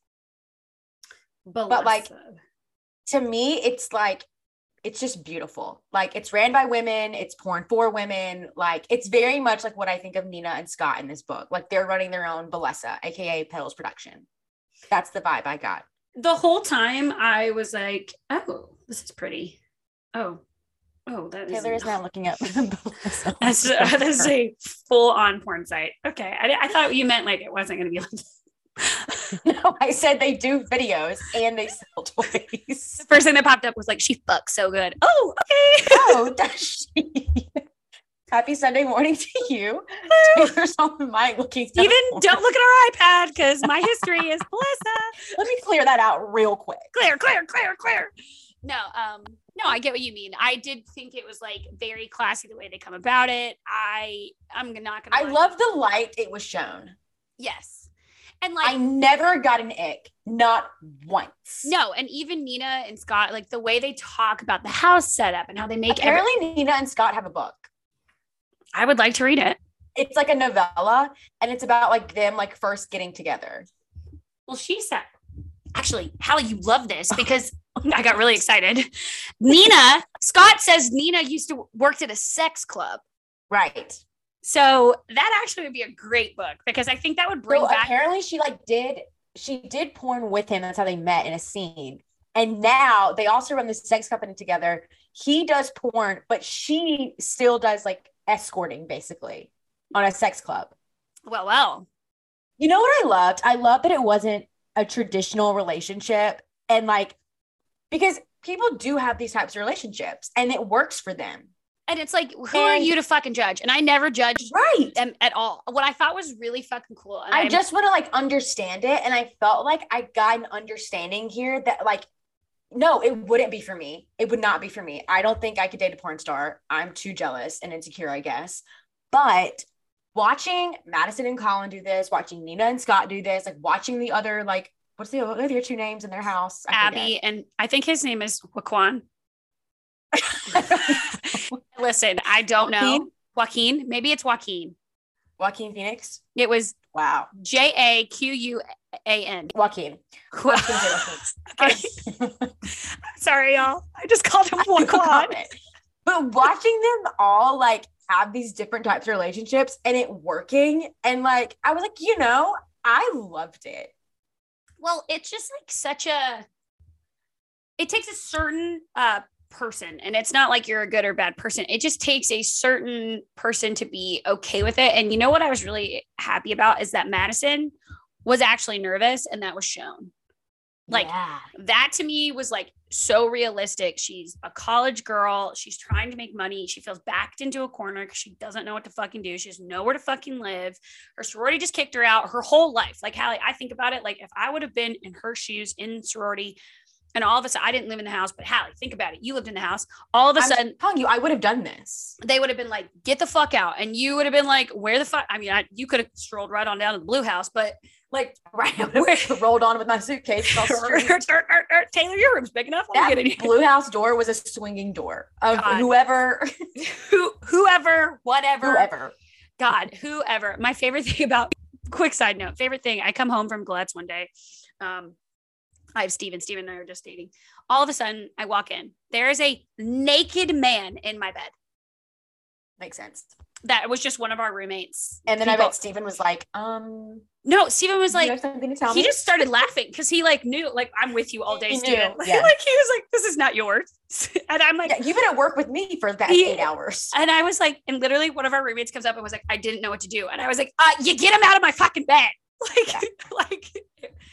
B: but, like,
A: Balessa.
B: to me, it's like it's just beautiful. Like it's ran by women, it's porn for women. Like it's very much like what I think of Nina and Scott in this book. Like they're running their own Balessa, aka Pedals Production. That's the vibe I got.
A: the whole time I was like, oh, this is pretty. Oh, oh, that is
B: Taylor is now looking up. Balessa.
A: that's, that's a full on porn site. Okay, I, I thought you meant like it wasn't going to be like.
B: no, I said they do videos and they sell toys.
A: The first thing that popped up was like, she fucks so good. Oh, okay.
B: oh, does she? Happy Sunday morning to you. Taylor's on my looking. stuff
A: Steven,
B: for.
A: don't look at our iPad because my history is Melissa.
B: Let me clear that out real quick.
A: Claire, Claire, Claire, Claire. No, um, no, I get what you mean. I did think it was like very classy the way they come about it. I, I'm not gonna.
B: I
A: lie.
B: love the light it was shown.
A: Yes, and like
B: I never got an ick, not once.
A: no, and even Nina and Scott, like the way they talk about the house setup and how they make. every-
B: Apparently, Nina and Scott have a book.
A: I would like to read it.
B: It's like a novella, and it's about like them like first getting together.
A: Well, she said, actually, Hallie, you love this because I got really excited. Nina, Scott says Nina used to worked at a sex club.
B: Right.
A: So that actually would be a great book because I think that would bring
B: So
A: back.
B: apparently, she like did she did porn with him. That's how they met in a scene. And now they also run this sex company together. He does porn, but she still does like escorting basically on a sex club.
A: Well, well,
B: You know what I loved? I loved that it wasn't a traditional relationship. And like, because people do have these types of relationships and it works for them.
A: and it's like, who are
B: And-
A: you to fucking judge? And I never judged
B: Right.
A: them at all. What I thought was really fucking cool. And
B: I
A: I'm-
B: just want to like understand it. And I felt like I got an understanding here that like, no, it wouldn't be for me. It would not be for me. I don't think I could date a porn star. I'm too jealous and insecure, I guess. But watching Madison and Colin do this, watching Nina and Scott do this, like watching the other, like, what's the what are their two names in their house? I forget.
A: Abby, and I think his name is Waquan. Listen, I don't know. Joaquin, maybe it's Joaquin.
B: Joaquin Phoenix.
A: It was
B: Wow.
A: J A Q U A N.
B: Joaquin.
A: Okay. Sorry, y'all. I just called him Waquan.
B: But watching them all like have these different types of relationships and it working and like I was like, you know, I loved it.
A: Well, it's just like such a. It takes a certain uh, person, and it's not like you're a good or bad person. It just takes a certain person to be okay with it. And you know what I was really happy about is that Madison was actually nervous, and that was shown. Like,
B: yeah.
A: that to me was like so realistic. She's a college girl. She's trying to make money. She feels backed into a corner because she doesn't know what to fucking do. She has nowhere to fucking live. Her sorority just kicked her out her whole life. Like, Hallie, I think about it. Like, if I would have been in her shoes in sorority, and all of a sudden I didn't live in the house, but Hallie, think about it. You lived in the house. All of a
B: I'm
A: sudden,
B: telling you, I would have done this.
A: they would have been like, get the fuck out. And you would have been like, where the fuck? I mean, I, you could have strolled right on down to the blue house, but like,
B: Right. I would have rolled on with my suitcase across the street.
A: Taylor, your room's big enough. Let me
B: That
A: get in here.
B: blue house door was a swinging door of
A: God.
B: whoever,
A: who whoever whatever
B: whoever.
A: god whoever my favorite thing about quick side note favorite thing i come home from glad's one day um i have steven steven and i are just dating all of a sudden i walk in there is a naked man in my bed
B: Makes sense.
A: that was just one of our roommates
B: And then I
A: People-
B: bet Stephen was like, um,
A: no steven was
B: do you have
A: like
B: something to tell
A: he
B: me?
A: just started laughing because he like knew like i'm with you all day
B: He knew,
A: steven like,
B: yeah.
A: like he was like this is not yours and i'm like
B: yeah, you've been at work with me for that
A: He-
B: eight hours.
A: And I was like, and literally one of our roommates comes up and was like, I didn't know what to do. And I was like, uh, you get him out of my fucking bed. Like,
B: Yeah.
A: like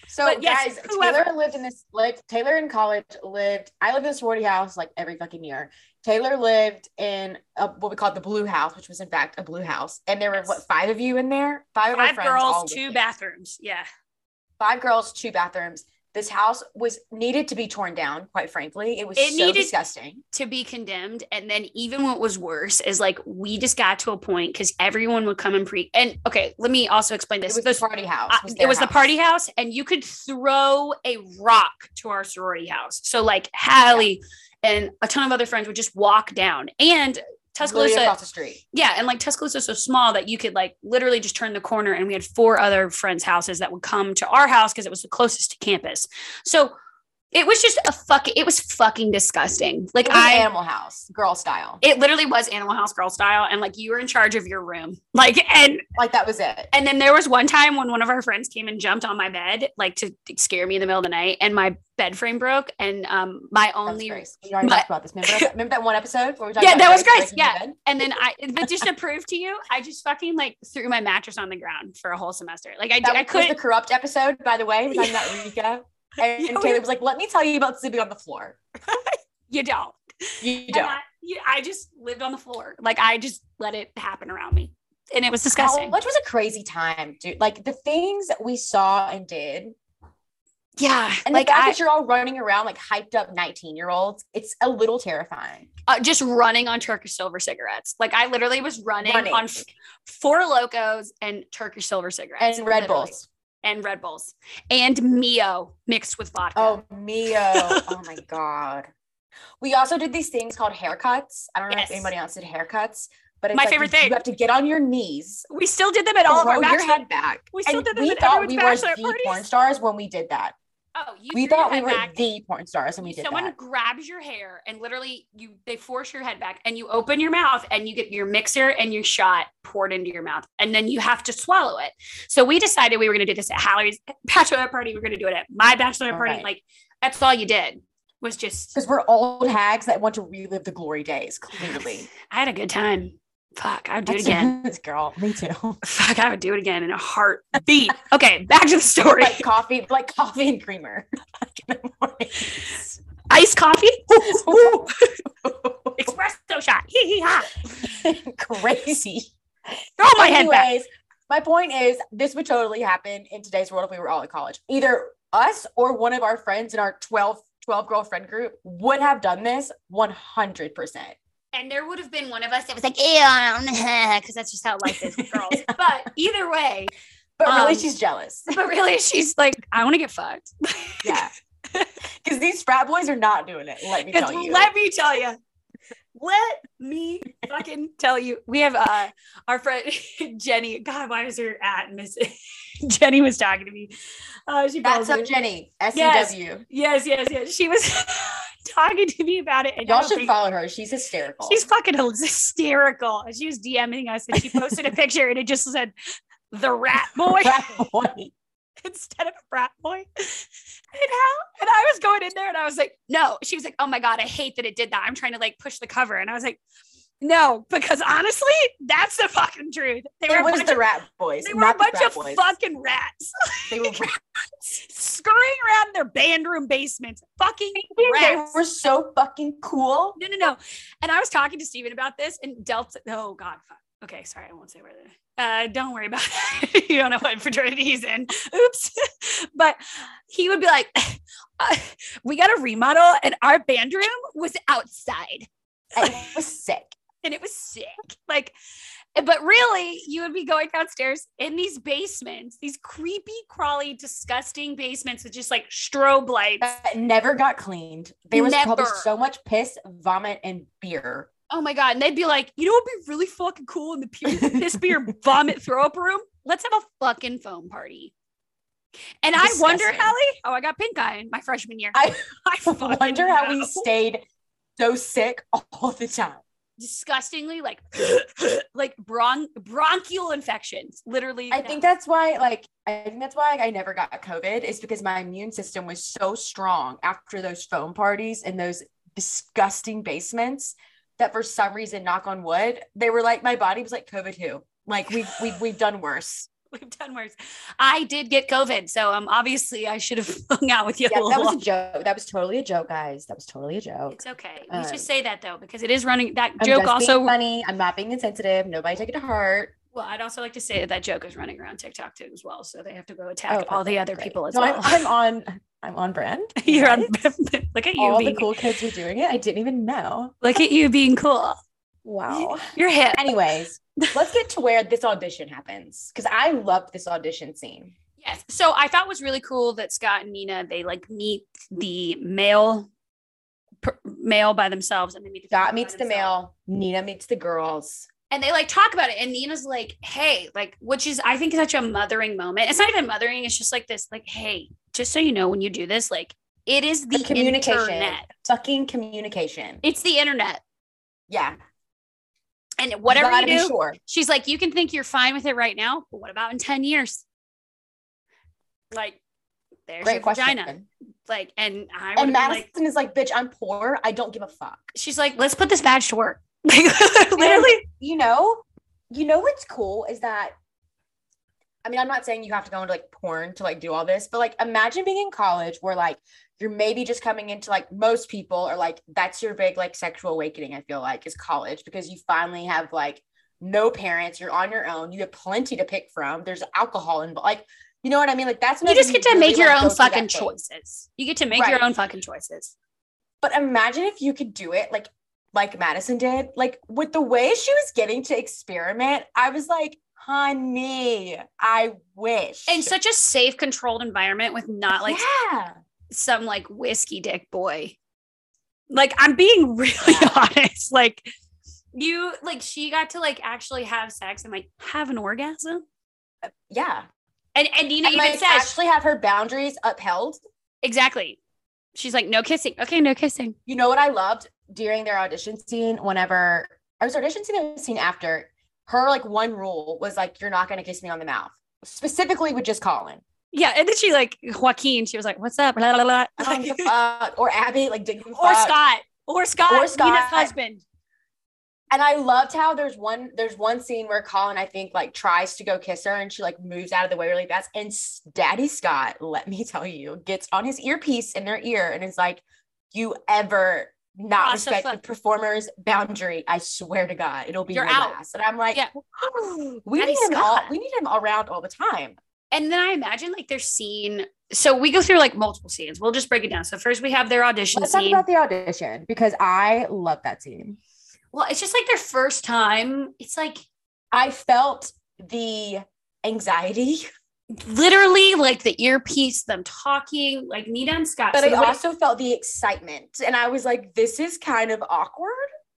B: So
A: But yes,
B: guys,
A: whoever.
B: Taylor lived in this like Taylor in college lived. I lived in a sorority house like every fucking year. Taylor lived in a, what we called the blue house, which was in fact a blue house, and there were
A: Yes.
B: what five of you in there? Five of our
A: five
B: friends, all
A: girls,
B: with
A: two
B: me.
A: bathrooms. Yeah.
B: five girls, two bathrooms. This house was needed to be torn down. Quite frankly, it was
A: It
B: so
A: needed-
B: disgusting.
A: To be condemned. And then even what was worse is like, we just got to a point because everyone would come and pre. And okay, let me also explain
B: It
A: this.
B: was
A: The-
B: the party house.
A: I- it
B: their
A: was the
B: house.
A: party house, and you could throw a rock to our sorority house. So like Hallie and a ton of other friends would just walk down. And
B: Literally
A: Tuscaloosa,
B: across the street.
A: Yeah, and like Tuscaloosa is so small that you could like literally just turn the corner, and we had four other friends' houses that would come to our house because it was the closest to campus. So It was just a fuck. It was fucking disgusting. Like
B: It was
A: I,
B: Animal House, girl style.
A: it literally was Animal House girl style, and like you were in charge of your room. Like and
B: like that was it.
A: and then there was one time when one of our friends came and jumped on my bed, like to scare me in the middle of the night, and my bed frame broke, and um my
B: That was
A: only
B: Grace. We already
A: my-
B: talked about this. Remember, that- remember that one episode where we talked
A: Yeah,
B: about
A: that was Grace,
B: breaking the
A: yeah.
B: bed?
A: and then I, but just to prove to you, I just fucking like threw my mattress on the ground for a whole semester. Like I,
B: That
A: I
B: was the
A: couldn't.
B: corrupt episode, by the way. We're talking about Rika. And,
A: Yeah,
B: and
A: we-
B: Taylor was like, let me tell you about sleeping on the floor.
A: You don't.
B: You
A: And
B: don't.
A: I, you- I just lived on the floor. Like I just let it happen around me, and it was disgusting.
B: College was a crazy time, dude. Like the things that we saw and did,
A: yeah,
B: and
A: like
B: the fact
A: I
B: that you're all running around like hyped up 19 year olds, it's a little terrifying.
A: uh, just running on Turkish silver cigarettes. Like I literally was running,
B: Running.
A: on f- four locos and Turkish silver cigarettes
B: And Red
A: literally.
B: Bulls.
A: and Red Bulls and Mio mixed with vodka.
B: Oh, Mio. oh my God. We also did these things called haircuts. I don't know
A: Yes.
B: if anybody else did haircuts, but it's
A: My
B: like
A: favorite
B: you-
A: thing.
B: You have to get on your knees
A: we still did them at all of our
B: throw your
A: bachelor.
B: head back.
A: We still
B: and
A: did this
B: we
A: at
B: thought
A: everyone's
B: we were
A: bachelor
B: the
A: parties.
B: porn stars when we did that.
A: oh, you
B: We
A: threw your
B: thought we
A: head
B: were
A: back.
B: the porn stars when we did
A: someone
B: that.
A: grabs your hair and literally you they force your head back and you open your mouth and you get your mixer and your shot poured into your mouth and then you have to swallow it so we decided we were going to do this at Hallie's bachelorette party we were going to do it at my bachelorette
B: All
A: party
B: right.
A: like that's all you did was just
B: Because we're old hags that want to relive the glory days, clearly.
A: I had a good time fuck I would do it
B: That's-
A: again
B: This girl, me too.
A: fuck I would do it again in a heartbeat okay back to the story
B: like coffee, like coffee and creamer. Like in the mornings.
A: iced coffee
B: Ooh.
A: espresso shot hee hee ha
B: Crazy.
A: throw my head back
B: Anyways, My point is, this would totally happen in today's world if we were all in college. Either us or one of our friends in our 12, 12 girl friend group would have done this 100%.
A: and there would have been one of us that was like, ew, because that's just how life is with girls. But either way,
B: But really,
A: Um,
B: she's jealous.
A: but really, she's like, I want to get fucked.
B: Yeah. Because these frat boys are not doing it. Let me
A: It's-
B: tell you.
A: Let me tell you. Let me fucking tell you. We have uh our friend Jenny. God, why is her at Miss Jenny was talking to me. Uh, she
B: That's
A: calls
B: up,
A: me.
B: Jenny. E SCW.
A: Yes. Yes, yes, yes. She was talking to me about it, and I
B: Y'all
A: don't
B: should
A: think-
B: follow her. She's hysterical.
A: She's fucking hysterical. She was DMing us and she posted a picture and it just said the rat boy
B: Frat boy.
A: instead of a brat boy. And how? And I was going in there and I was like, no. She was like, oh my God, I hate that it did that. I'm trying to like push the cover. And I was like, no, because honestly, that's the fucking truth. They were
B: It
A: a
B: was
A: bunch
B: the
A: of,
B: rat boys.
A: they were a
B: not the
A: bunch
B: frat
A: of
B: boys.
A: fucking rats
B: They were rats.
A: scurrying around in their band room basements. Fucking
B: They
A: rats.
B: were so fucking cool.
A: No, no, no. And I was talking to Steven about this and Delta. Oh God. Fuck. Okay. Sorry. I won't say where they uh, don't worry about it. you don't know what fraternity he's in. Oops. but he would be like, uh, we got a remodel and our band room was outside
B: It was sick.
A: and it was sick. Like, but really you would be going downstairs in these basements, these creepy, crawly, disgusting basements with just like strobe lights.
B: that never got cleaned. There was probably
A: Never.
B: so much piss, vomit, and beer.
A: Oh my god! And they'd be like, you know, what'd be really fucking cool in the pu- piss beer vomit throw up room. Let's have a fucking foam party. And I wonder,
B: Disgusting.
A: Allie, how I got pink eye in my freshman year.
B: I
A: fucking
B: Wonder how we
A: know.
B: stayed so sick all the time.
A: disgustingly like like bron- bronchial infections. Literally,
B: I think that's why, like, I think that's why I never got COVID is because my immune system was so strong after those foam parties and those disgusting basements that for some reason, knock on wood, they were like, my body was like COVID who? Like we've we've we've done worse.
A: we've done worse. I did get COVID, so um, obviously I should have hung out with you.
B: Yeah,
A: a
B: that
A: little
B: was a joke. That was totally a joke, guys. That was totally a joke.
A: It's okay. We
B: Um,
A: should say that though, because it is running. That
B: I'm
A: joke
B: just
A: also.
B: being funny. I'm not being insensitive. Nobody take it to heart.
A: Well, I'd also like to say that that joke is running around TikTok too as well, so they have to go attack
B: Oh,
A: all the
B: perfect.
A: other
B: Great.
A: people as
B: No,
A: well.
B: I'm, I'm on. I'm on brand.
A: You're on.
B: Nice.
A: look at you.
B: All the
A: being,
B: cool kids were doing it. I didn't even know.
A: Look at you being cool.
B: Wow.
A: You're hip.
B: Anyways, let's get to where this audition happens because I love this audition scene.
A: Yes. So I thought was really cool that Scott and Nina they like meet the male, per, male by themselves, and they meet the
B: Scott
A: female
B: meets
A: by
B: the
A: themselves.
B: male. Nina meets the girls.
A: and they like talk about it and nina's like hey like which is i think such a mothering moment it's not even mothering it's just like this like hey just so you know when you do this like It is the,
B: The communication.
A: internet.
B: Fucking communication.
A: It's the internet.
B: Yeah.
A: And whatever
B: gotta
A: you, do,
B: be sure.
A: she's like, you can think you're fine with it right now, but what about in 10 years? Like, there's
B: Great
A: your
B: question.
A: vagina. Like, and I would
B: And Madison
A: like,
B: is like, bitch, I'm poor. I don't give a fuck.
A: she's like, let's put this badge to work. Like, literally.
B: You know, you know what's cool is that I mean, I'm not saying you have to go into like porn to like do all this, but like imagine being in college where like you're maybe just coming into like most people or like that's your big like sexual awakening, I feel like, is college because you finally have like no parents, you're on your own, you have plenty to pick from. There's alcohol and like you know what I mean? Like that's
A: You just
B: whenever
A: get to
B: really,
A: make your
B: like, go
A: own
B: through that
A: fucking
B: phase.
A: choices. You get to make
B: Right.
A: your own fucking choices.
B: But imagine if you could do it like like Madison did, like with the way she was getting to experiment, I was like, honey, I wish.
A: in such a safe, controlled environment with not like
B: yeah.
A: some like whiskey dick boy. Like I'm being really honest. Like you like she got to like actually have sex and like have an orgasm.
B: Yeah.
A: And and you know
B: And
A: you
B: like
A: said
B: actually have her boundaries upheld.
A: exactly. She's like, no kissing. Okay, no kissing.
B: You know what I loved during their audition scene? Whenever I was audition scene, I was scene after her, like one rule was like, you're not gonna kiss me on the mouth, specifically with just Colin.
A: Yeah. And then she like Joaquin, she was like, What's up? Um, Blah, blah, blah.
B: I don't
A: Like,
B: give a fuck. Or Abby, like didn't give a
A: or
B: fuck.
A: Scott. Or Scott.
B: Or
A: Or Scott.
B: Scott.
A: husband.
B: and I loved how there's one there's one scene where Colin I think like tries to go kiss her and she like moves out of the way really fast and S- Daddy Scott let me tell you gets on his earpiece in their ear and is like you ever not
A: Gosh,
B: respect the
A: that's
B: performer's boundary I swear to God it'll be
A: You're
B: your
A: out.
B: last and I'm like "Oh,
A: Yeah.
B: we
A: Daddy
B: need him all,
A: Scott.
B: we need him around all the time
A: and then I imagine like their scene. So we go through like multiple scenes. We'll just break it down. So first we have their audition
B: let's talk
A: scene.
B: about the audition because I love that scene
A: well, it's just like their first time. It's like
B: I felt the anxiety
A: literally like the earpiece, them talking, like Nita and Scott.
B: but
A: So
B: I
A: what-
B: also felt the excitement, and I was like, "This is kind of awkward,"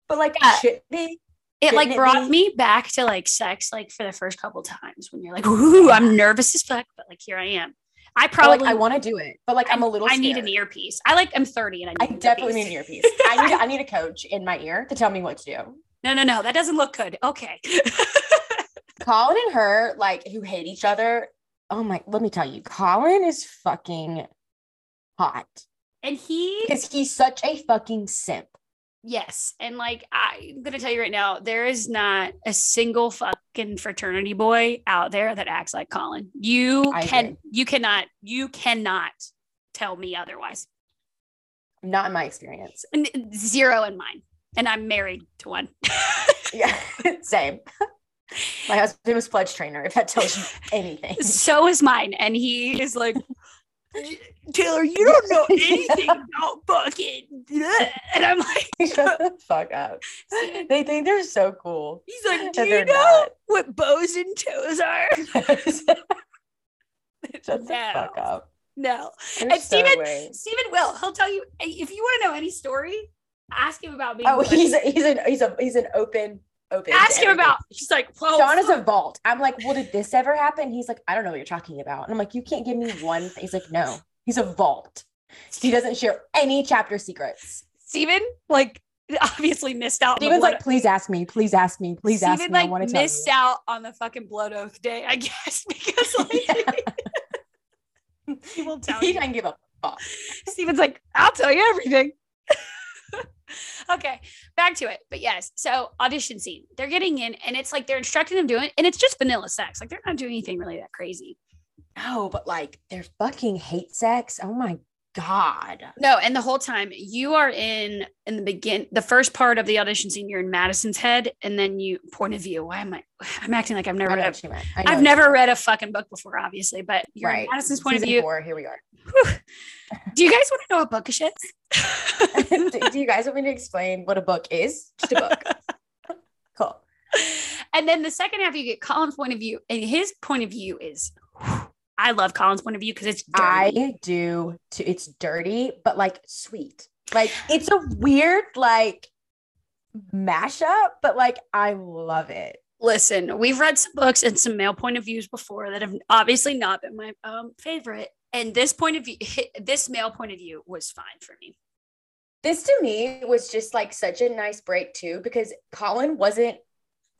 B: but like,
A: Yeah.
B: should be.
A: it like
B: didn't it
A: brought
B: be-
A: me back to like sex, like for the first couple times when you're like, ooh, I'm nervous as fuck, but like here I am. I
B: Probably,
A: probably
B: I want to do it, but like, I'm a little.
A: I need an
B: scared.
A: earpiece. I like I'm 30 and I need
B: I
A: an
B: definitely need
A: earpiece.
B: an earpiece. I need, I need a coach in my ear to tell me what to do.
A: No, no, no, that doesn't look good. Okay.
B: Colin and her, like, who hate each other. Oh my! Let me tell you, Colin is fucking hot
A: and he
B: because he's such a fucking simp.
A: Yes. And like, I'm going to tell you right now, there is not a single fucking fraternity boy out there that acts like Colin. You
B: I
A: can,
B: agree.
A: you cannot, you cannot tell me otherwise.
B: Not in my experience.
A: And zero in mine. And I'm married to one.
B: Yeah, same. My husband was pledge trainer. If that tells you anything.
A: so is mine. And he is like, Taylor, you don't know anything about fucking. bleh." And I'm like,
B: Shut the fuck up. They think they're so cool.
A: he's like, do
B: And
A: you
B: they're
A: know
B: not.
A: what bows and toes are?
B: Shut the
A: No.
B: fuck up.
A: No.
B: You're
A: And
B: so
A: Steven-
B: weird.
A: Stephen will. He'll tell you if you want to know any story, ask him about me.
B: Oh, he's a, he's an he's a he's an open open. to
A: ask him
B: everything.
A: about. She's like, well,
B: Sean is a vault. I'm like, well, did this ever happen? He's like, I don't know what you're talking about. And I'm like, you can't give me one. thing." He's like, no, he's a vault. He doesn't share any chapter secrets.
A: Stephen like obviously missed out. on the
B: Steven's
A: blood-
B: like, please ask me, please ask me, please ask
A: Stephen,
B: me. I
A: like
B: want to tell you.
A: missed out on the fucking blood oath day, I guess, because like he will tell
B: He
A: you.
B: doesn't give up.
A: Stephen's like, I'll tell you everything. okay, back to it. But yes, so audition scene. They're getting in, and it's like they're instructing them to do it, and it's just vanilla sex. Like they're not doing anything really that crazy.
B: No, but like, they're fucking hate sex. Oh my god.
A: No, and the whole time you are in in the begin the first part of the audition scene, you're in Madison's head, and then you point of view. Why am I? I'm acting like I've never
B: I know
A: read.
B: what
A: A,
B: you meant. I know
A: I've
B: what you
A: never
B: meant.
A: read a fucking book before, obviously, but you're in Madison's point
B: Season
A: of view.
B: Four, here we are.
A: Do you guys want to know what book is?
B: do, do you guys want me to explain what a book is? Just a book. cool.
A: and then the second half, you get Colin's point of view, and his point of view is. I love Colin's point of view because it's dirty.
B: I do too. It's dirty, but like sweet. Like it's a weird like mashup, but like I love it.
A: Listen, we've read some books and some male point of views before that have obviously not been my um, favorite. And this point of view, this male point of view was fine for me.
B: This to me was just like such a nice break too, because Colin wasn't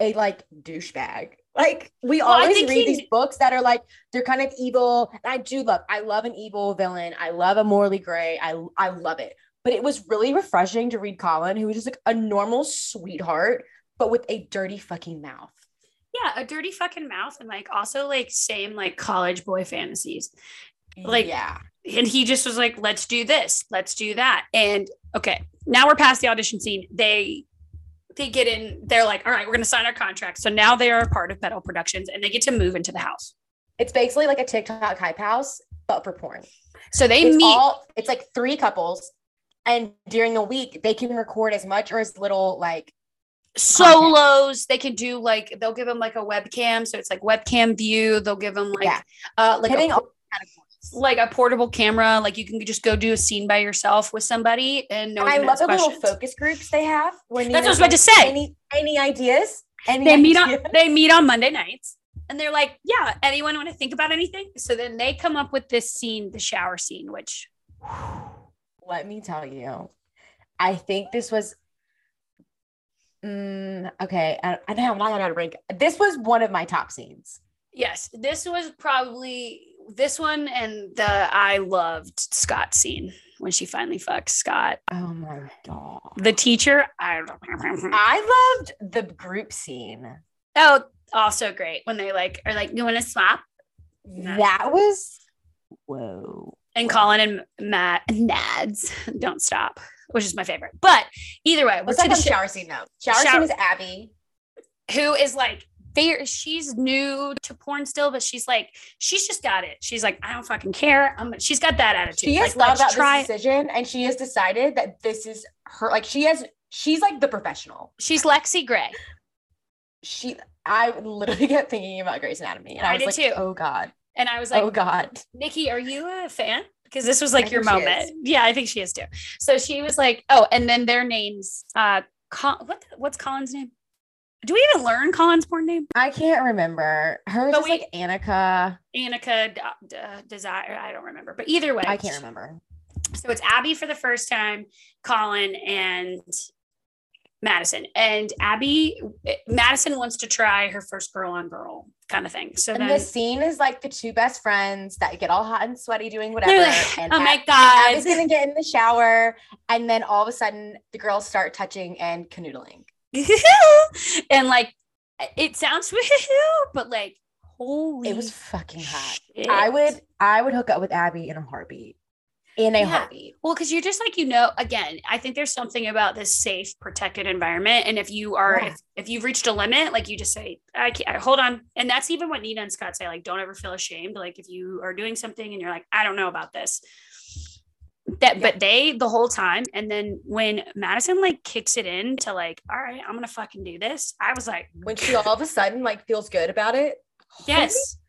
B: a like douchebag. Like we
A: Well, I
B: always
A: think
B: read
A: he-
B: these books that are like they're kind of evil. And I do love, I love an evil villain. I love a morally gray. I I love it. But it was really refreshing to read Colin, who was just like a normal sweetheart, but with a dirty fucking mouth.
A: Yeah, a dirty fucking mouth and like also like same like college boy fantasies. Like-
B: yeah.
A: and he just was like let's do this let's do that and okay now we're past the audition scene they they get in they're like all right we're going to sign our contract so now they are a part of metal productions and they get to move into the house
B: It's basically like a TikTok hype house, but for porn.
A: so they
B: it's
A: meet
B: all it's like three couples and during the week they can record as much or as little like
A: solos they can do like they'll give them like a webcam so it's like webcam view they'll give them like
B: Yeah.
A: uh like
B: hitting
A: a,
B: all categories.
A: like a portable camera like you can just go do a scene by yourself with somebody and no
B: and
A: one
B: I
A: can
B: love
A: ask
B: the little
A: questions.
B: focus groups they have. When
A: That's what I was about to say.
B: Any any ideas? Any
A: they meet on
B: ideas?
A: they meet on Monday nights and they're like, yeah, anyone want to think about anything? So then they come up with this scene, the shower scene, which
B: Let me tell you, I think this was. Mm, okay, I, I know I'm not gonna rank. This was one of my top scenes.
A: yes, this was probably this one and the I loved Scott scene when she finally fucks Scott.
B: Oh my god!
A: The teacher, I
B: I loved the group scene.
A: oh also great when they like are like, you want to swap? Nah.
B: That was whoa.
A: And Colin and Matt Nads don't stop, which is my favorite. But either way, we're
B: Let's
A: to
B: talk
A: the
B: about
A: show.
B: shower scene though. Shower,
A: Shower-
B: scene is Abby.
A: who is like fair she's new to porn still but she's like she's just got it she's like i don't fucking care i'm she's got that attitude
B: She
A: like,
B: has thought
A: let's
B: about
A: try
B: this decision, and she has decided that this is her. Like she has, she's like the professional.
A: she's lexi gray
B: She, I literally kept thinking about Grey's Anatomy, and I,
A: I
B: was
A: did
B: like,
A: too.
B: oh god,
A: and i was like
B: oh god.
A: nikki are you a fan because this was
B: I
A: like your
B: think she
A: moment
B: is.
A: yeah i think she is too so she was like oh and then their names uh Col- what the- what's colin's name do we even learn colin's porn name
B: I can't remember hers
A: But
B: is like Annika.
A: annika D- D- desire i don't remember but either way
B: I can't remember.
A: So it's Abby for the first time, Colin and Madison. And Abby, Madison wants to try her first girl on girl kind of thing. So then
B: And the scene is like the two best friends that get all hot and sweaty doing whatever.
A: they're like,
B: and
A: oh
B: Ab-
A: my God.
B: Abby's gonna get in the shower, and then all of a sudden the girls start touching and canoodling.
A: and like, it sounds, but like, holy.
B: It was fucking hot.
A: shit.
B: I would I would hook up with Abby in a heartbeat. In a
A: Yeah.
B: heartbeat.
A: Well, because you're just like, you know, again, I think there's something about this safe, protected environment. And if you are,
B: Yeah.
A: if, if you've reached a limit, like you just say, I can't, hold on. And that's even what Nina and Scott say, like, don't ever feel ashamed. Like, if you are doing something and you're like, I don't know about this. That, but they the whole time. And then when Madison like kicks it in to like, all right, I'm going to fucking do this, I was like,
B: When she all of a sudden like feels good about it.
A: yes.
B: Holy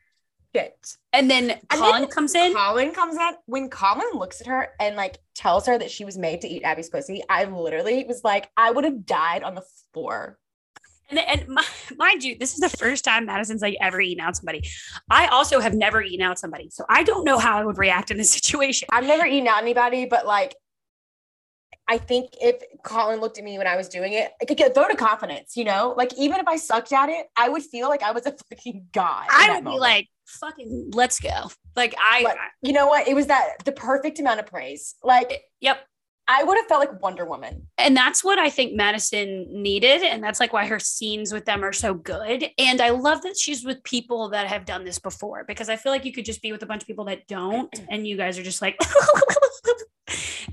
B: shit.
A: And then
B: then
A: Colin comes in.
B: Colin comes out when Colin looks at her and like tells her that she was made to eat Abby's pussy. I literally was like, I would have died on the floor.
A: And, and my, mind you, this is the first time Madison's like ever eaten out somebody. I also have never eaten out somebody, so I don't know how I would react in this situation.
B: I've never eaten out anybody, but like I think if Colin looked at me when I was doing it, I could get a vote of confidence, you know? Like even if I sucked at it, I would feel like I was a fucking god. in
A: I
B: that
A: would be
B: moment.
A: like, "Fucking, let's go!" Like I,
B: Like- you know what? It was that the perfect amount of praise. Like
A: yep.
B: I would have felt like Wonder Woman.
A: And that's what I think Madison needed, and that's like why her scenes with them are so good. And I love that she's with people that have done this before because I feel like you could just be with a bunch of people that don't, and you guys are just like.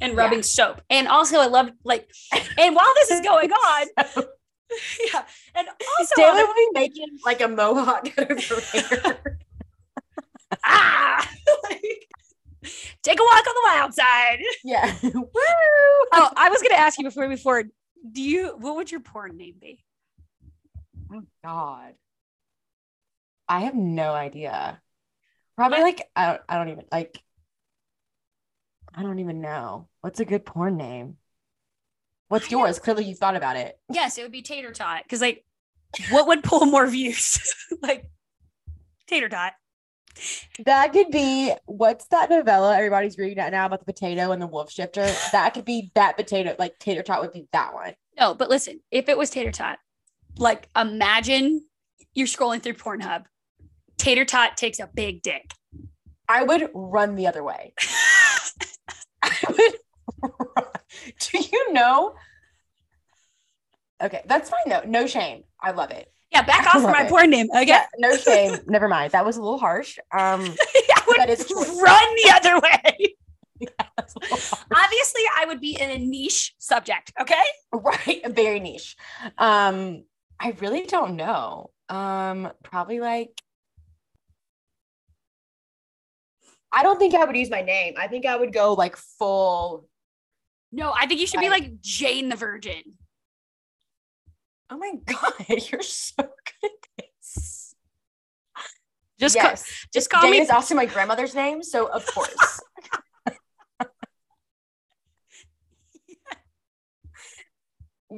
A: And rubbing soap. And also, I love, like, and while this is going on, yeah. And also, on the-
B: Taylor would be making like a mohawk out of her hair.
A: ah, Like, take a walk on the wild side.
B: yeah. Woo!
A: Oh, I was gonna ask you before before. Do you what would your porn name be?
B: Oh God. I have no idea. Probably like I don't I don't even like I don't even know. What's a good porn name? What's
A: I
B: yours? Clearly you've thought about it.
A: Yes, it would be tater tot because like what would pull more views? like tater tot.
B: That could be what's that novella everybody's reading right now about the potato and the wolf shifter? That could be that potato, like tater tot would be that one.
A: No, but listen, if it was tater tot, like imagine you're scrolling through Pornhub. Tater tot takes a big dick.
B: I would run the other way. I would run. Do you know? Okay, that's fine though. No shame. I love it.
A: Yeah, back
B: I
A: off from
B: love
A: my
B: it.
A: porn name. Okay.
B: Yeah, no shame. Never mind. That was a little harsh. Um
A: I would
B: That is a choice.
A: run the other way.
B: that was a little harsh.
A: Obviously, I would be in a niche subject. Okay.
B: right very niche um i really don't know um probably like i don't think i would use my name i think i would go like full
A: No, I think you should be
B: Right.
A: like Jane the Virgin.
B: oh my god you're so good at this
A: Just ca-
B: yes
A: just call
B: Jane
A: me
B: is also my grandmother's name so of course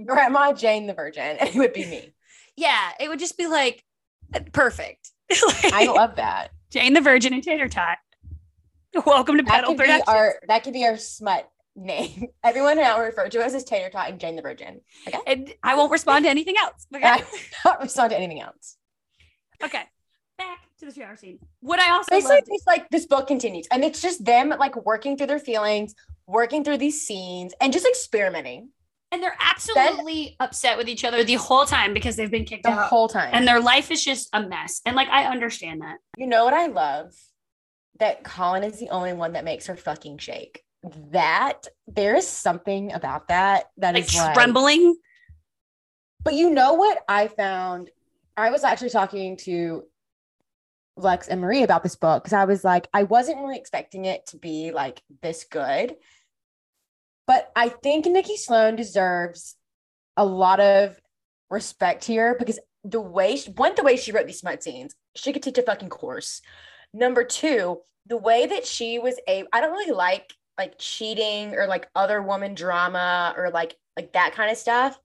B: grandma jane the virgin it would be me
A: yeah, it would just be like perfect. like,
B: i love that
A: Jane the Virgin and Tater Tot. Welcome to
B: That
A: Battle
B: could be
A: Productions.
B: our that could be our smut name. Everyone now referred to us as Tater Tot and Jane the Virgin.
A: and I won't respond to anything else. Okay.
B: I don't respond to anything else.
A: okay. Back to the shower scene. What I also
B: Basically,
A: loved,
B: it's like this book continues, and it's just them like working through their feelings, working through these scenes, and just experimenting
A: and they're absolutely upset with each other the whole time because they've been kicked
B: the
A: out,
B: whole time.
A: and their life is just a mess. And like I understand that.
B: you know what I love? That Colin is the only one that makes her fucking shake. That there is something about that that
A: like
B: is
A: trembling.
B: But you know what I found? I was actually talking to Lex and Marie about this book because I was like, I wasn't really expecting it to be like this good. But I think Nikki Sloan deserves a lot of respect here because the way she, one, the way she wrote these smut scenes, she could teach a fucking course. Number two, the way that she was a I don't really like like cheating or like other woman drama or like like that kind of stuff.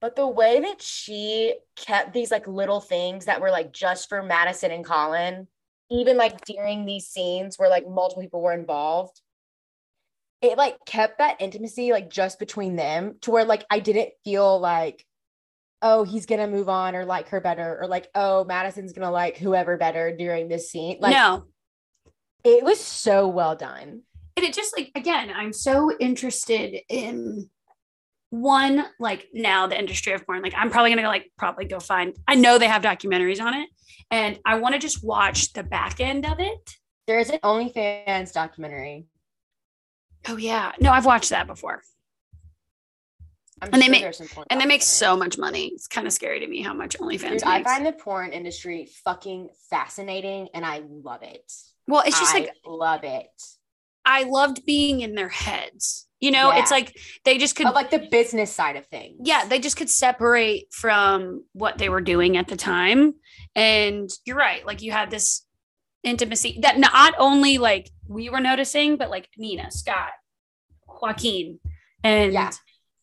B: But the way that she kept these like little things that were like just for Madison and Colin, even like during these scenes where like multiple people were involved, it like kept that intimacy like just between them to where like I didn't feel like, oh, he's gonna move on or like her better or like, oh, Madison's gonna like whoever better during this scene. Like
A: no.
B: it was so well done.
A: And it just like again, I'm so interested in one, like now the industry of porn. Like I'm probably gonna like probably go find I know they have documentaries on it. And I want to just watch the back end of it.
B: There is an OnlyFans documentary.
A: Oh yeah. No, I've watched that before.
B: I'm
A: And they make-
B: there's some porn
A: And they make
B: documentaries.
A: so much money. It's kind of scary to me how much OnlyFans
B: Dude,
A: makes.
B: I find the porn industry fucking fascinating and I love it.
A: well, it's just
B: I
A: like
B: love it.
A: I loved being in their heads. You know, it's
B: Yeah.
A: like they just could
B: Of like the business side of things.
A: yeah, they just could separate from what they were doing at the time. And you're right, like you had this intimacy that not only like we were noticing, but like Nina, Scott, Joaquin, and
B: Yeah.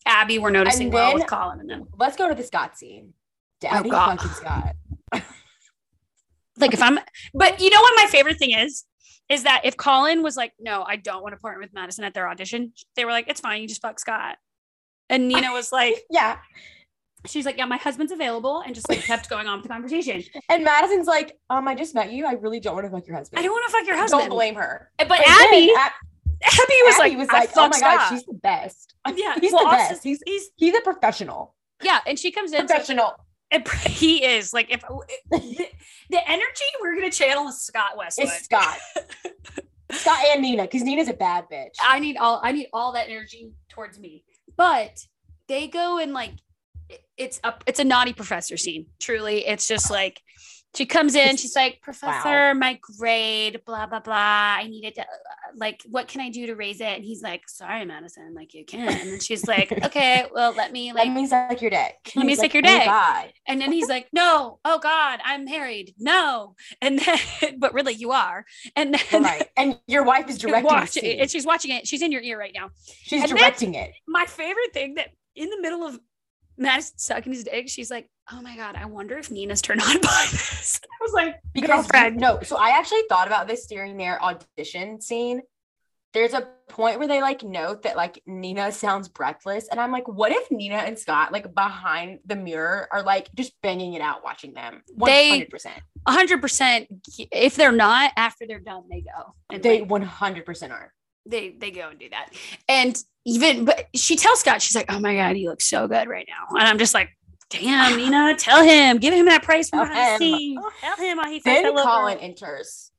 A: Abby were noticing
B: And
A: well
B: then-
A: with Colin and them.
B: Let's go to the Scott scene. Daddy
A: Oh, God.
B: fucking Scott.
A: Like if I'm but you know what my favorite thing is? Is that if Colin was like, No, I don't want to partner with Madison at their audition, they were like, It's fine, you just fuck Scott. And Nina was like,
B: Yeah.
A: she's like, yeah, my husband's available, and just like kept going on with the conversation.
B: And Madison's like, um, I just met you. I really don't want to fuck your husband.
A: I don't want to fuck your husband.
B: Don't blame her.
A: But
B: And then
A: Abby,
B: Ab-
A: Abby was
B: Abby
A: like,
B: was
A: I
B: like, oh my
A: fucked
B: god,
A: up."
B: she's the best.
A: yeah,
B: He's
A: well,
B: the
A: also-
B: best. He's
A: he's
B: he's a professional.
A: yeah, and she comes in. so-
B: Professional.
A: and he is like, if the energy we're gonna channel is Scott Westwood.
B: It's Scott. Scott and Nina, because Nina's a bad bitch.
A: I need all I need all that energy towards me. But they go and like it- it's a it's a naughty professor scene. Truly, it's just like she comes in.
B: It's-
A: She's like, Professor, my grade, blah blah blah. I needed to like, what can I do to raise it? And he's like, Sorry, Madison, like you can. And then she's like, Okay, well, let me
B: Let
A: like.
B: me suck your dick.
A: Let me
B: He's
A: suck
B: like,
A: your
B: "Oh my
A: dick."
B: God.
A: And then he's like, No, oh God, I'm married. No, and then but really you are. And then
B: right. And your wife is directing the
A: watch it,
B: scene.
A: and she's watching it. She's in your ear right now.
B: She's
A: and then-
B: directing it.
A: my favorite thing that in the middle of Madison sucking his dick, she's like, oh my God, I wonder if Nina's turned on by this. I was like,
B: because you,
A: Girlfriend.
B: no, so I actually thought about this during their audition scene. There's a point where they like note that like Nina sounds breathless, and I'm like, what if Nina and Scott like behind the mirror are like just banging it out watching them? One
A: They-
B: hundred percent.
A: 100%, if they're not, after they're done, they go. And
B: They
A: they,
B: one hundred percent are.
A: they, they go and do that. And even, but she tells Scott, she's like, oh my God, he looks so good right now. And I'm just like, damn, Nina, tell him, give him that prize from
B: Tell
A: behind the
B: him. Oh,
A: scenes. Tell him how he felt.
B: Then
A: that little
B: Colin
A: girl."
B: enters,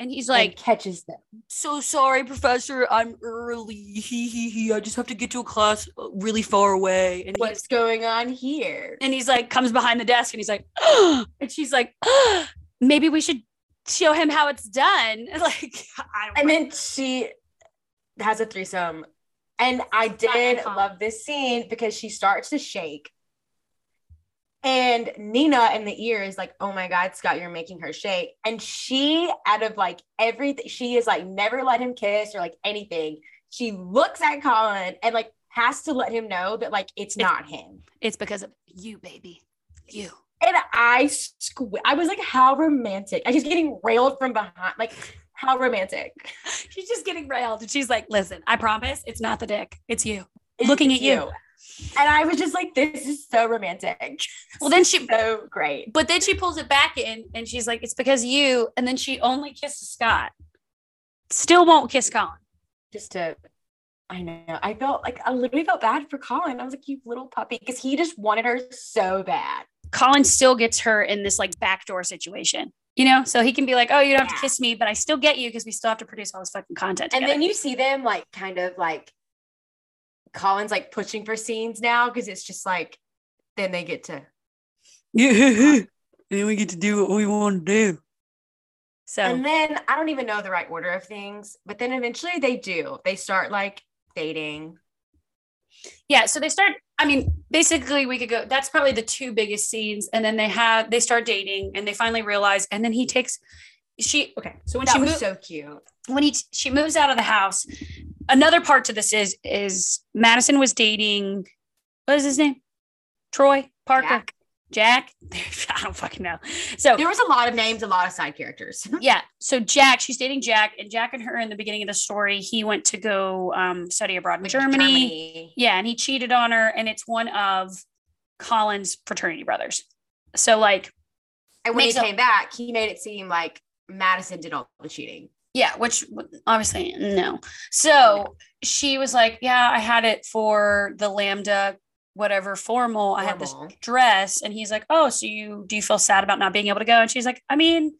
A: And he's
B: like
A: like,
B: and catches them.
A: so sorry, Professor. I'm early. He he he. I just have to get to a class uh, really far away. And he's,
B: What's going on here?
A: and he's like, comes behind the desk, and he's like, "Oh," and she's like, "Oh, maybe we should show him how it's done. Like, I don't.
B: And then she has a threesome. And I did
A: Colin.
B: love this scene because she starts to shake. And Nina in the ear is like, oh my God, Scott, you're making her shake. And she, out of like everything, she is like, never let him kiss or like anything. She looks at Colin and like has to let him know that like
A: It's-
B: it's not him.
A: it's because of you, baby. You.
B: And I squ- I was like, how romantic. And she's getting railed from behind. Like, how romantic.
A: She's just getting railed, and she's like, listen, I promise, it's not the dick, it's you.
B: It's
A: Looking at you.
B: And I was just like, this is so romantic.
A: Well, then she.
B: So great.
A: But then she pulls it back in and she's like, it's because of you. And then she only kisses Scott. Still won't kiss Colin.
B: Just to, I know. I felt like I literally felt bad for Colin. I was like, you little puppy, because he just wanted her so bad.
A: Colin still gets her in this like backdoor situation, you know? So he can be like, oh, you don't have to
B: Yeah.
A: kiss me, but I still get you because we still have to produce all this fucking content.
B: And
A: together.
B: then you see them like kind of like Colin's like pushing for scenes now because it's just like then they get to
A: Yeah. then we get to do what we want to do. So
B: and then I don't even know the right order of things, but then eventually they do. They start like dating.
A: yeah, so they start. I mean, basically, we could go. That's probably the two biggest scenes. And then they have they start dating, and they finally realize. And then he takes she. Okay, so when
B: That
A: she
B: was
A: moved,
B: so cute.
A: when he she moves out of the house. Another part to this is is Madison was dating what is his name? Troy Parker.
B: Jack.
A: Jack? I don't fucking know. So
B: There was a lot of names, a lot of side characters.
A: yeah. So Jack, she's dating Jack, and Jack and her in the beginning of the story, he went to go um, study abroad in
B: Like
A: Germany. Yeah, and he cheated on her, and it's one of Colin's fraternity brothers. So like,
B: And when he
A: Makes a-
B: came back, he made it seem like Madison did all the cheating.
A: yeah, which obviously no. So she was like, yeah, I had it for the lambda whatever formal. I had this
B: Normal.
A: dress and he's like oh so you do you feel sad about not being able to go and she's like i mean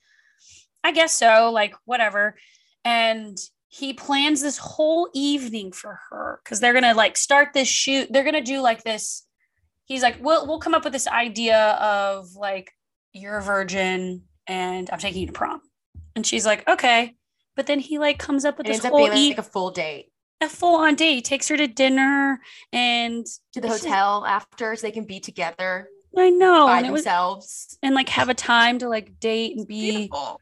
A: i guess so like whatever and he plans this whole evening for her because they're gonna like start this shoot they're gonna do like this he's like we'll, we'll come up with this idea of like you're a virgin and i'm taking you to prom and she's like okay but then he like comes up with
B: It
A: this
B: ends up
A: whole
B: being
A: e-
B: like a full date
A: a full-on date he takes her to dinner and
B: to the
A: It's just-
B: hotel after so they can be together
A: i know
B: by
A: Oh, and it was
B: themselves.
A: and like have a time to like date and be
B: Beautiful.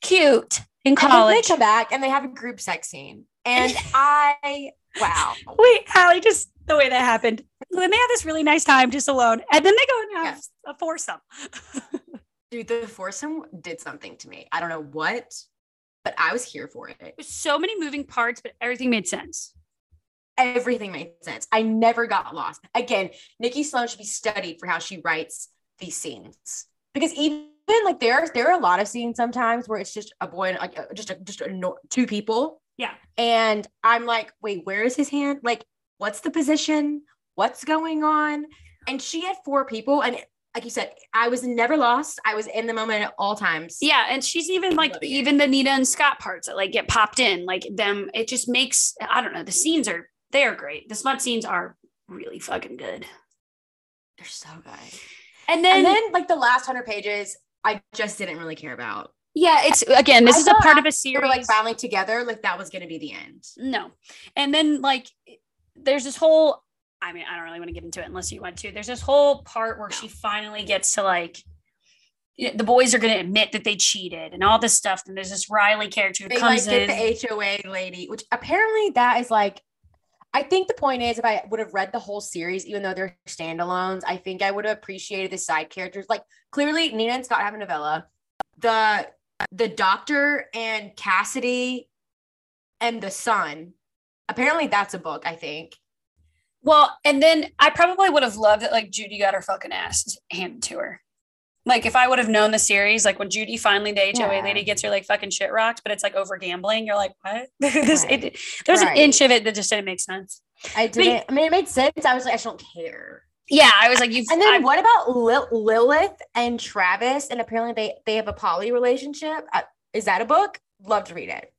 A: cute in
B: And then they
A: college.
B: come back and they have a group sex scene. And I, wow.
A: Wait, Allie, just the way that happened. Then they have this really nice time just alone, and then they go and have a foursome.
B: Dude, the foursome did something to me. I don't know what, but I was here for it.
A: There's so many moving parts, but everything made sense.
B: everything made sense. I never got lost. Again, Nikki Sloan should be studied for how she writes these scenes because even like there there are a lot of scenes sometimes where it's just a boy and like uh, just a, just a, no- two people.
A: Yeah.
B: and I'm like, wait, where is his hand? Like, what's the position? What's going on? And she had four people, and like you said, I was never lost. I was in the moment at all times.
A: Yeah, and she's even like
B: Loving it.
A: even the Nita and Scott parts that like get popped in, like them. It just makes I don't know. The scenes are they are great. The smut scenes are really fucking good.
B: they're so good.
A: And
B: And,
A: then,
B: then like the last hundred pages, I just didn't really care about.
A: yeah, it's again this
B: I
A: is a
B: thought
A: part of a
B: they
A: series.
B: were like finally together, like that was gonna be the end.
A: No. And then like there's this whole I mean, I don't really want to get into it unless you want to. There's this whole part where she finally gets to like y- the boys are going to admit that they cheated and all this stuff. And there's this Riley character who
B: They like
A: comes
B: get
A: in.
B: the HOA lady, which apparently that is like I think the point is, if I would have read the whole series, even though they're standalones, I think I would have appreciated the side characters. Like clearly, Nina and Scott have a novella. The the doctor and Cassidy and the son. Apparently, that's a book. I think.
A: Well, and then I probably would have loved that like Judy got her fucking ass handed to her. Like if I would have known the series, like when Judy finally the HOA
B: Yeah.
A: lady gets her like fucking shit rocked, but it's like over gambling, you're like, what? this, it, there's
B: Right.
A: an inch of it that just didn't make sense.
B: I didn't. I mean, it made sense. I was like, I just don't care.
A: Yeah, I was like, you.
B: And then
A: I-
B: what about Lil- Lilith and Travis? And apparently, they they have a poly relationship. Uh, is that a book? Love to read it.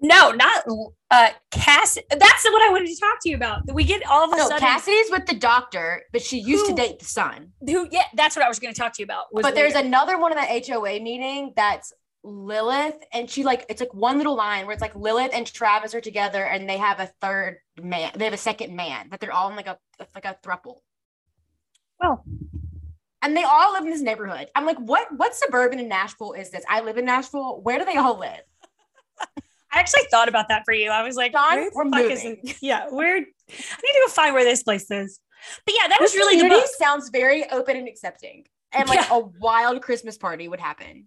A: no, not uh Cass. That's what I wanted to talk to you about. We get all of a
B: No,
A: sudden.
B: Cassidy's with the doctor, but she used
A: Who-
B: to date the son.
A: who? Yeah, that's what I was going to talk to you about. was
B: But there's
A: Lilith.
B: another one in the HOA meeting that's Lilith, and she like it's like one little line where it's like Lilith and Travis are together, and they have a third man. They have a second man that they're all in like a it's like a thruple.
A: Oh.
B: and they all live in this neighborhood. I'm like, what? What suburban in Nashville is this? I live in Nashville. Where do they all live?
A: I actually thought about that for you. I was like,
B: John,
A: where the
B: we're
A: fuck is
B: moving.
A: it? Yeah, where? I need to go find where this place is. But yeah, that was
B: This
A: really the
B: community
A: book.
B: sounds very open and accepting, and like
A: Yeah.
B: a wild Christmas party would happen.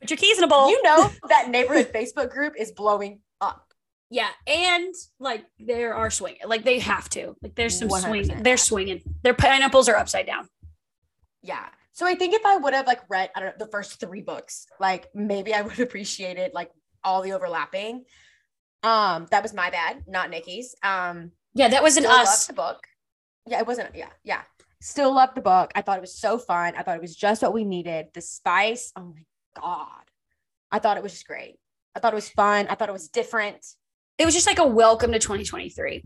A: Put your keys in a bowl.
B: You know that neighborhood Facebook group is blowing up.
A: Yeah, and like there are swing, like they have to. Like there's some swing.
B: 100%.
A: They're swinging. Their pineapples are upside down.
B: Yeah. So I think if I would have like read, I don't know, the first three books, like maybe I would appreciate it, like all the overlapping. Um, that was my bad, not Nikki's. Um,
A: Yeah, that wasn't
B: still
A: us.
B: loved the book. Yeah, it wasn't. Yeah, yeah. Still loved the book. I thought it was so fun. I thought it was just what we needed. The spice. Oh my god. I thought it was just great. I thought it was fun. I thought it was different.
A: It was just like a welcome to 2023.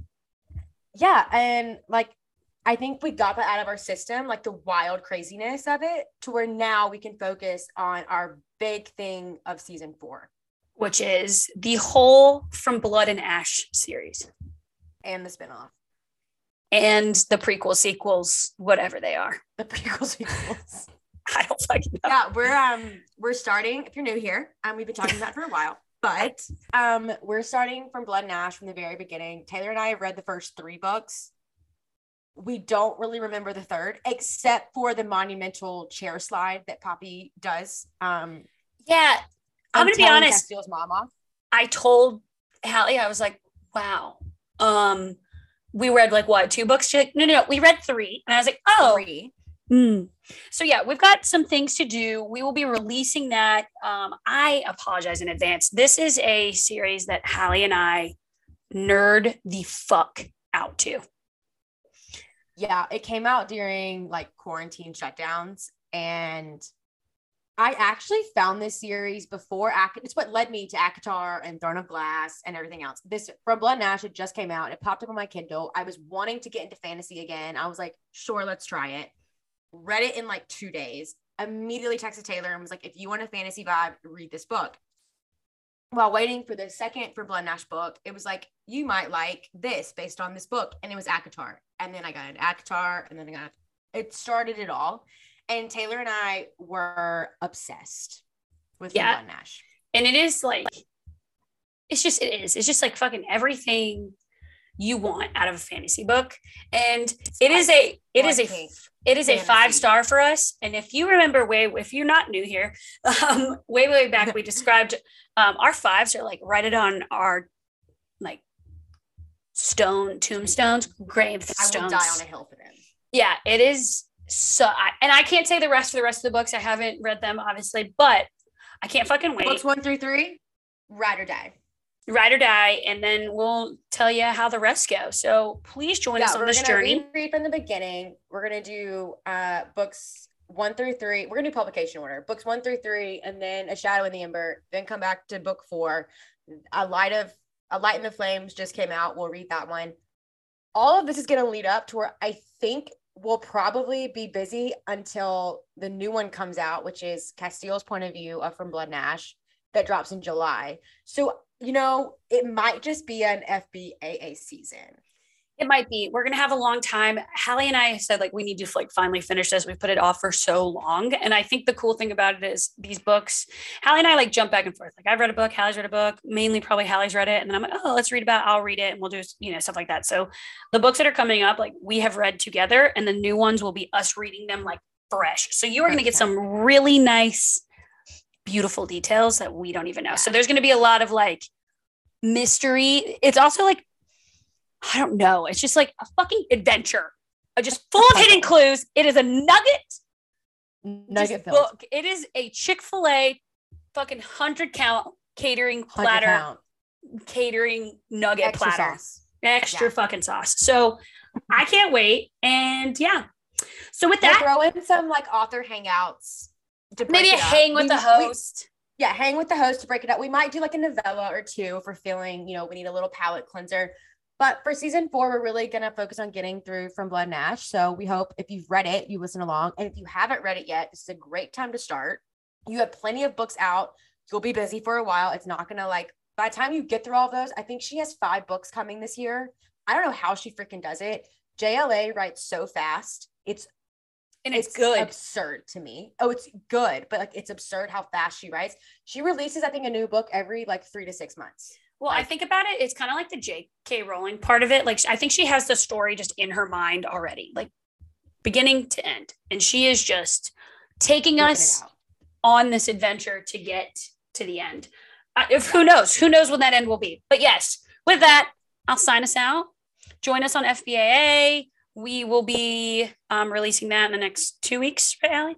B: Yeah, and like I think we got that out of our system, like the wild craziness of it, to where now we can focus on our big thing of season four
A: Which is the whole from Blood and Ash series
B: and the spinoff,
A: and the prequel sequels, whatever they are.
B: the prequels. sequels.
A: I don't fucking know.
B: yeah, we're um we're starting. If you're new here, um, we've been talking about it for a while, but um, we're starting from Blood and Ash from the very beginning. Taylor and I have read the first three books. We don't really remember the third, except for the monumental chair slide that Poppy does. Um,
A: Yeah, I'm gonna be
B: telling
A: honest.
B: Castile's mom off.
A: I told Hallie, I was like, wow. Um, we read like what two books? She's like, no, no, no, we read three. And I was like, oh,
B: Three.
A: Mm. So yeah, we've got some things to do. We will be releasing that. Um, I apologize in advance. This is a series that Hallie and I nerd the fuck out to.
B: Yeah, it came out during like quarantine shutdowns. And I actually found this series before. Ak- It's what led me to ACOTAR and Throne of Glass and everything else. This from Blood and Ash, it just came out. It popped up on my Kindle. I was wanting to get into fantasy again. I was like, sure, let's try it. Read it in like two days. Immediately texted Taylor and was like, if you want a fantasy vibe, read this book. While waiting for the second for Blood and Ash book, it was like, you might like this based on this book. And it was ACOTAR. And then I got an ACOTAR and then I got it started it all. And Taylor and I were obsessed with
A: Yeah.
B: Blood and Ash.
A: And it is like, it's just, it is. It's just like fucking everything you want out of a fantasy book. And it is a, it is a It is a
B: Fantasy.
A: five star for us. And if you remember, way if you're not new here, um, way way back we described um, our fives are like write it on our like stone tombstones,
B: I
A: gravestones.
B: will die on a hill for them.
A: Yeah, it is so. I, and I can't say the rest of the rest of the books. I haven't read them obviously, but I can't fucking wait.
B: Books one through three, ride or die.
A: Ride or die, and then we'll tell you how the rest go. So please join us on
B: we're
A: this
B: gonna
A: journey.
B: read from the beginning. We're gonna do uh books one through three. We're gonna do publication order. Books one through three, and then a shadow in the ember. Then come back to book four. A light of a light in the flames just came out. We'll read that one. All of this is gonna lead up to where I think we'll probably be busy until the new one comes out, which is Castile's point of view of From Blood and Ash that drops in July. So you know, it might just be an FBAA season.
A: It might be. We're gonna have a long time. Hallie and I said like we need to like finally finish this. We put it off for so long, and I think the cool thing about it is these books. Hallie and I like jump back and forth. Like I've read a book, Hallie's read a book. Mainly probably Hallie's read it, and then I'm like, oh, let's read about. It. I'll read it, and we'll do you know stuff like that. So the books that are coming up, like we have read together, and the new ones will be us reading them like fresh. So you are gonna get some really nice, beautiful details that we don't even know. So there's gonna be a lot of like mystery. It's also like I don't know. It's just like a fucking adventure, Uh, just full of hidden clues. It is a nugget
B: Nugget
A: just
B: filled.
A: book. It is a Chick Fil A fucking hundred count catering
B: Hundred
A: platter,
B: pound.
A: catering nugget
B: Extra
A: platter,
B: sauce.
A: extra
B: Yeah.
A: fucking sauce. So I can't wait. And yeah, so with
B: We'll
A: that,
B: throw in some like author hangouts. to break
A: maybe a
B: it up.
A: hang with
B: We-
A: the
B: we-
A: host.
B: yeah, hang with the host to break it up. We might do like a novella or two if we're feeling, you know, we need a little palate cleanser. But for season four, we're really gonna focus on getting through from Blood and Ash. So we hope if you've read it, you listen along. And if you haven't read it yet, this is a great time to start. You have plenty of books out. You'll be busy for a while. It's not gonna like by the time you get through all of those, I think she has five books coming this year. I don't know how she freaking does it. JLA writes so fast. It's
A: and it's, good.
B: absurd to me oh it's good but like it's absurd how fast she writes she releases i think a new book every like three to six months
A: Well, I think about it, it's kind of like the J.K. Rowling part of it. Like, I think she has the story just in her mind already, like beginning to end. And she is just taking
B: Working it
A: us
B: out.
A: on this adventure to get to the end. Uh, if, who knows? Who knows when that end will be? But yes, with that, I'll sign us out. Join us on FBAA. We will be um, releasing that in the next two weeks, right, Allie?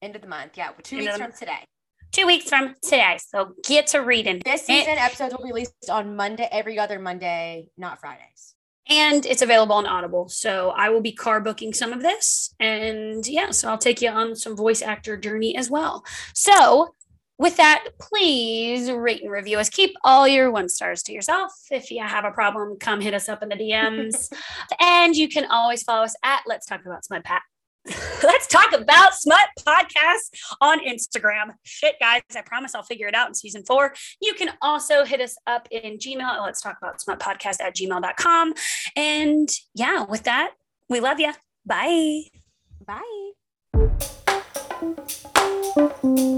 B: end of the month yeah two
A: End of
B: weeks
A: the
B: from today
A: Two weeks from today. So get to reading.
B: this season episodes will be released on monday every other monday not fridays
A: and it's available on audible so i will be car booking some of this and yeah so i'll take you on some voice actor journey as well so with that please rate and review us keep all your one stars to yourself if you have a problem come hit us up in the dms and you can always follow us at let's talk about smut pat Let's talk about Smut Podcast on Instagram. Shit, guys, I promise I'll figure it out in season four. You can also hit us up in Gmail at let's talk about smut podcast at gmail.com. And yeah, with that, we love you. Bye.
B: bye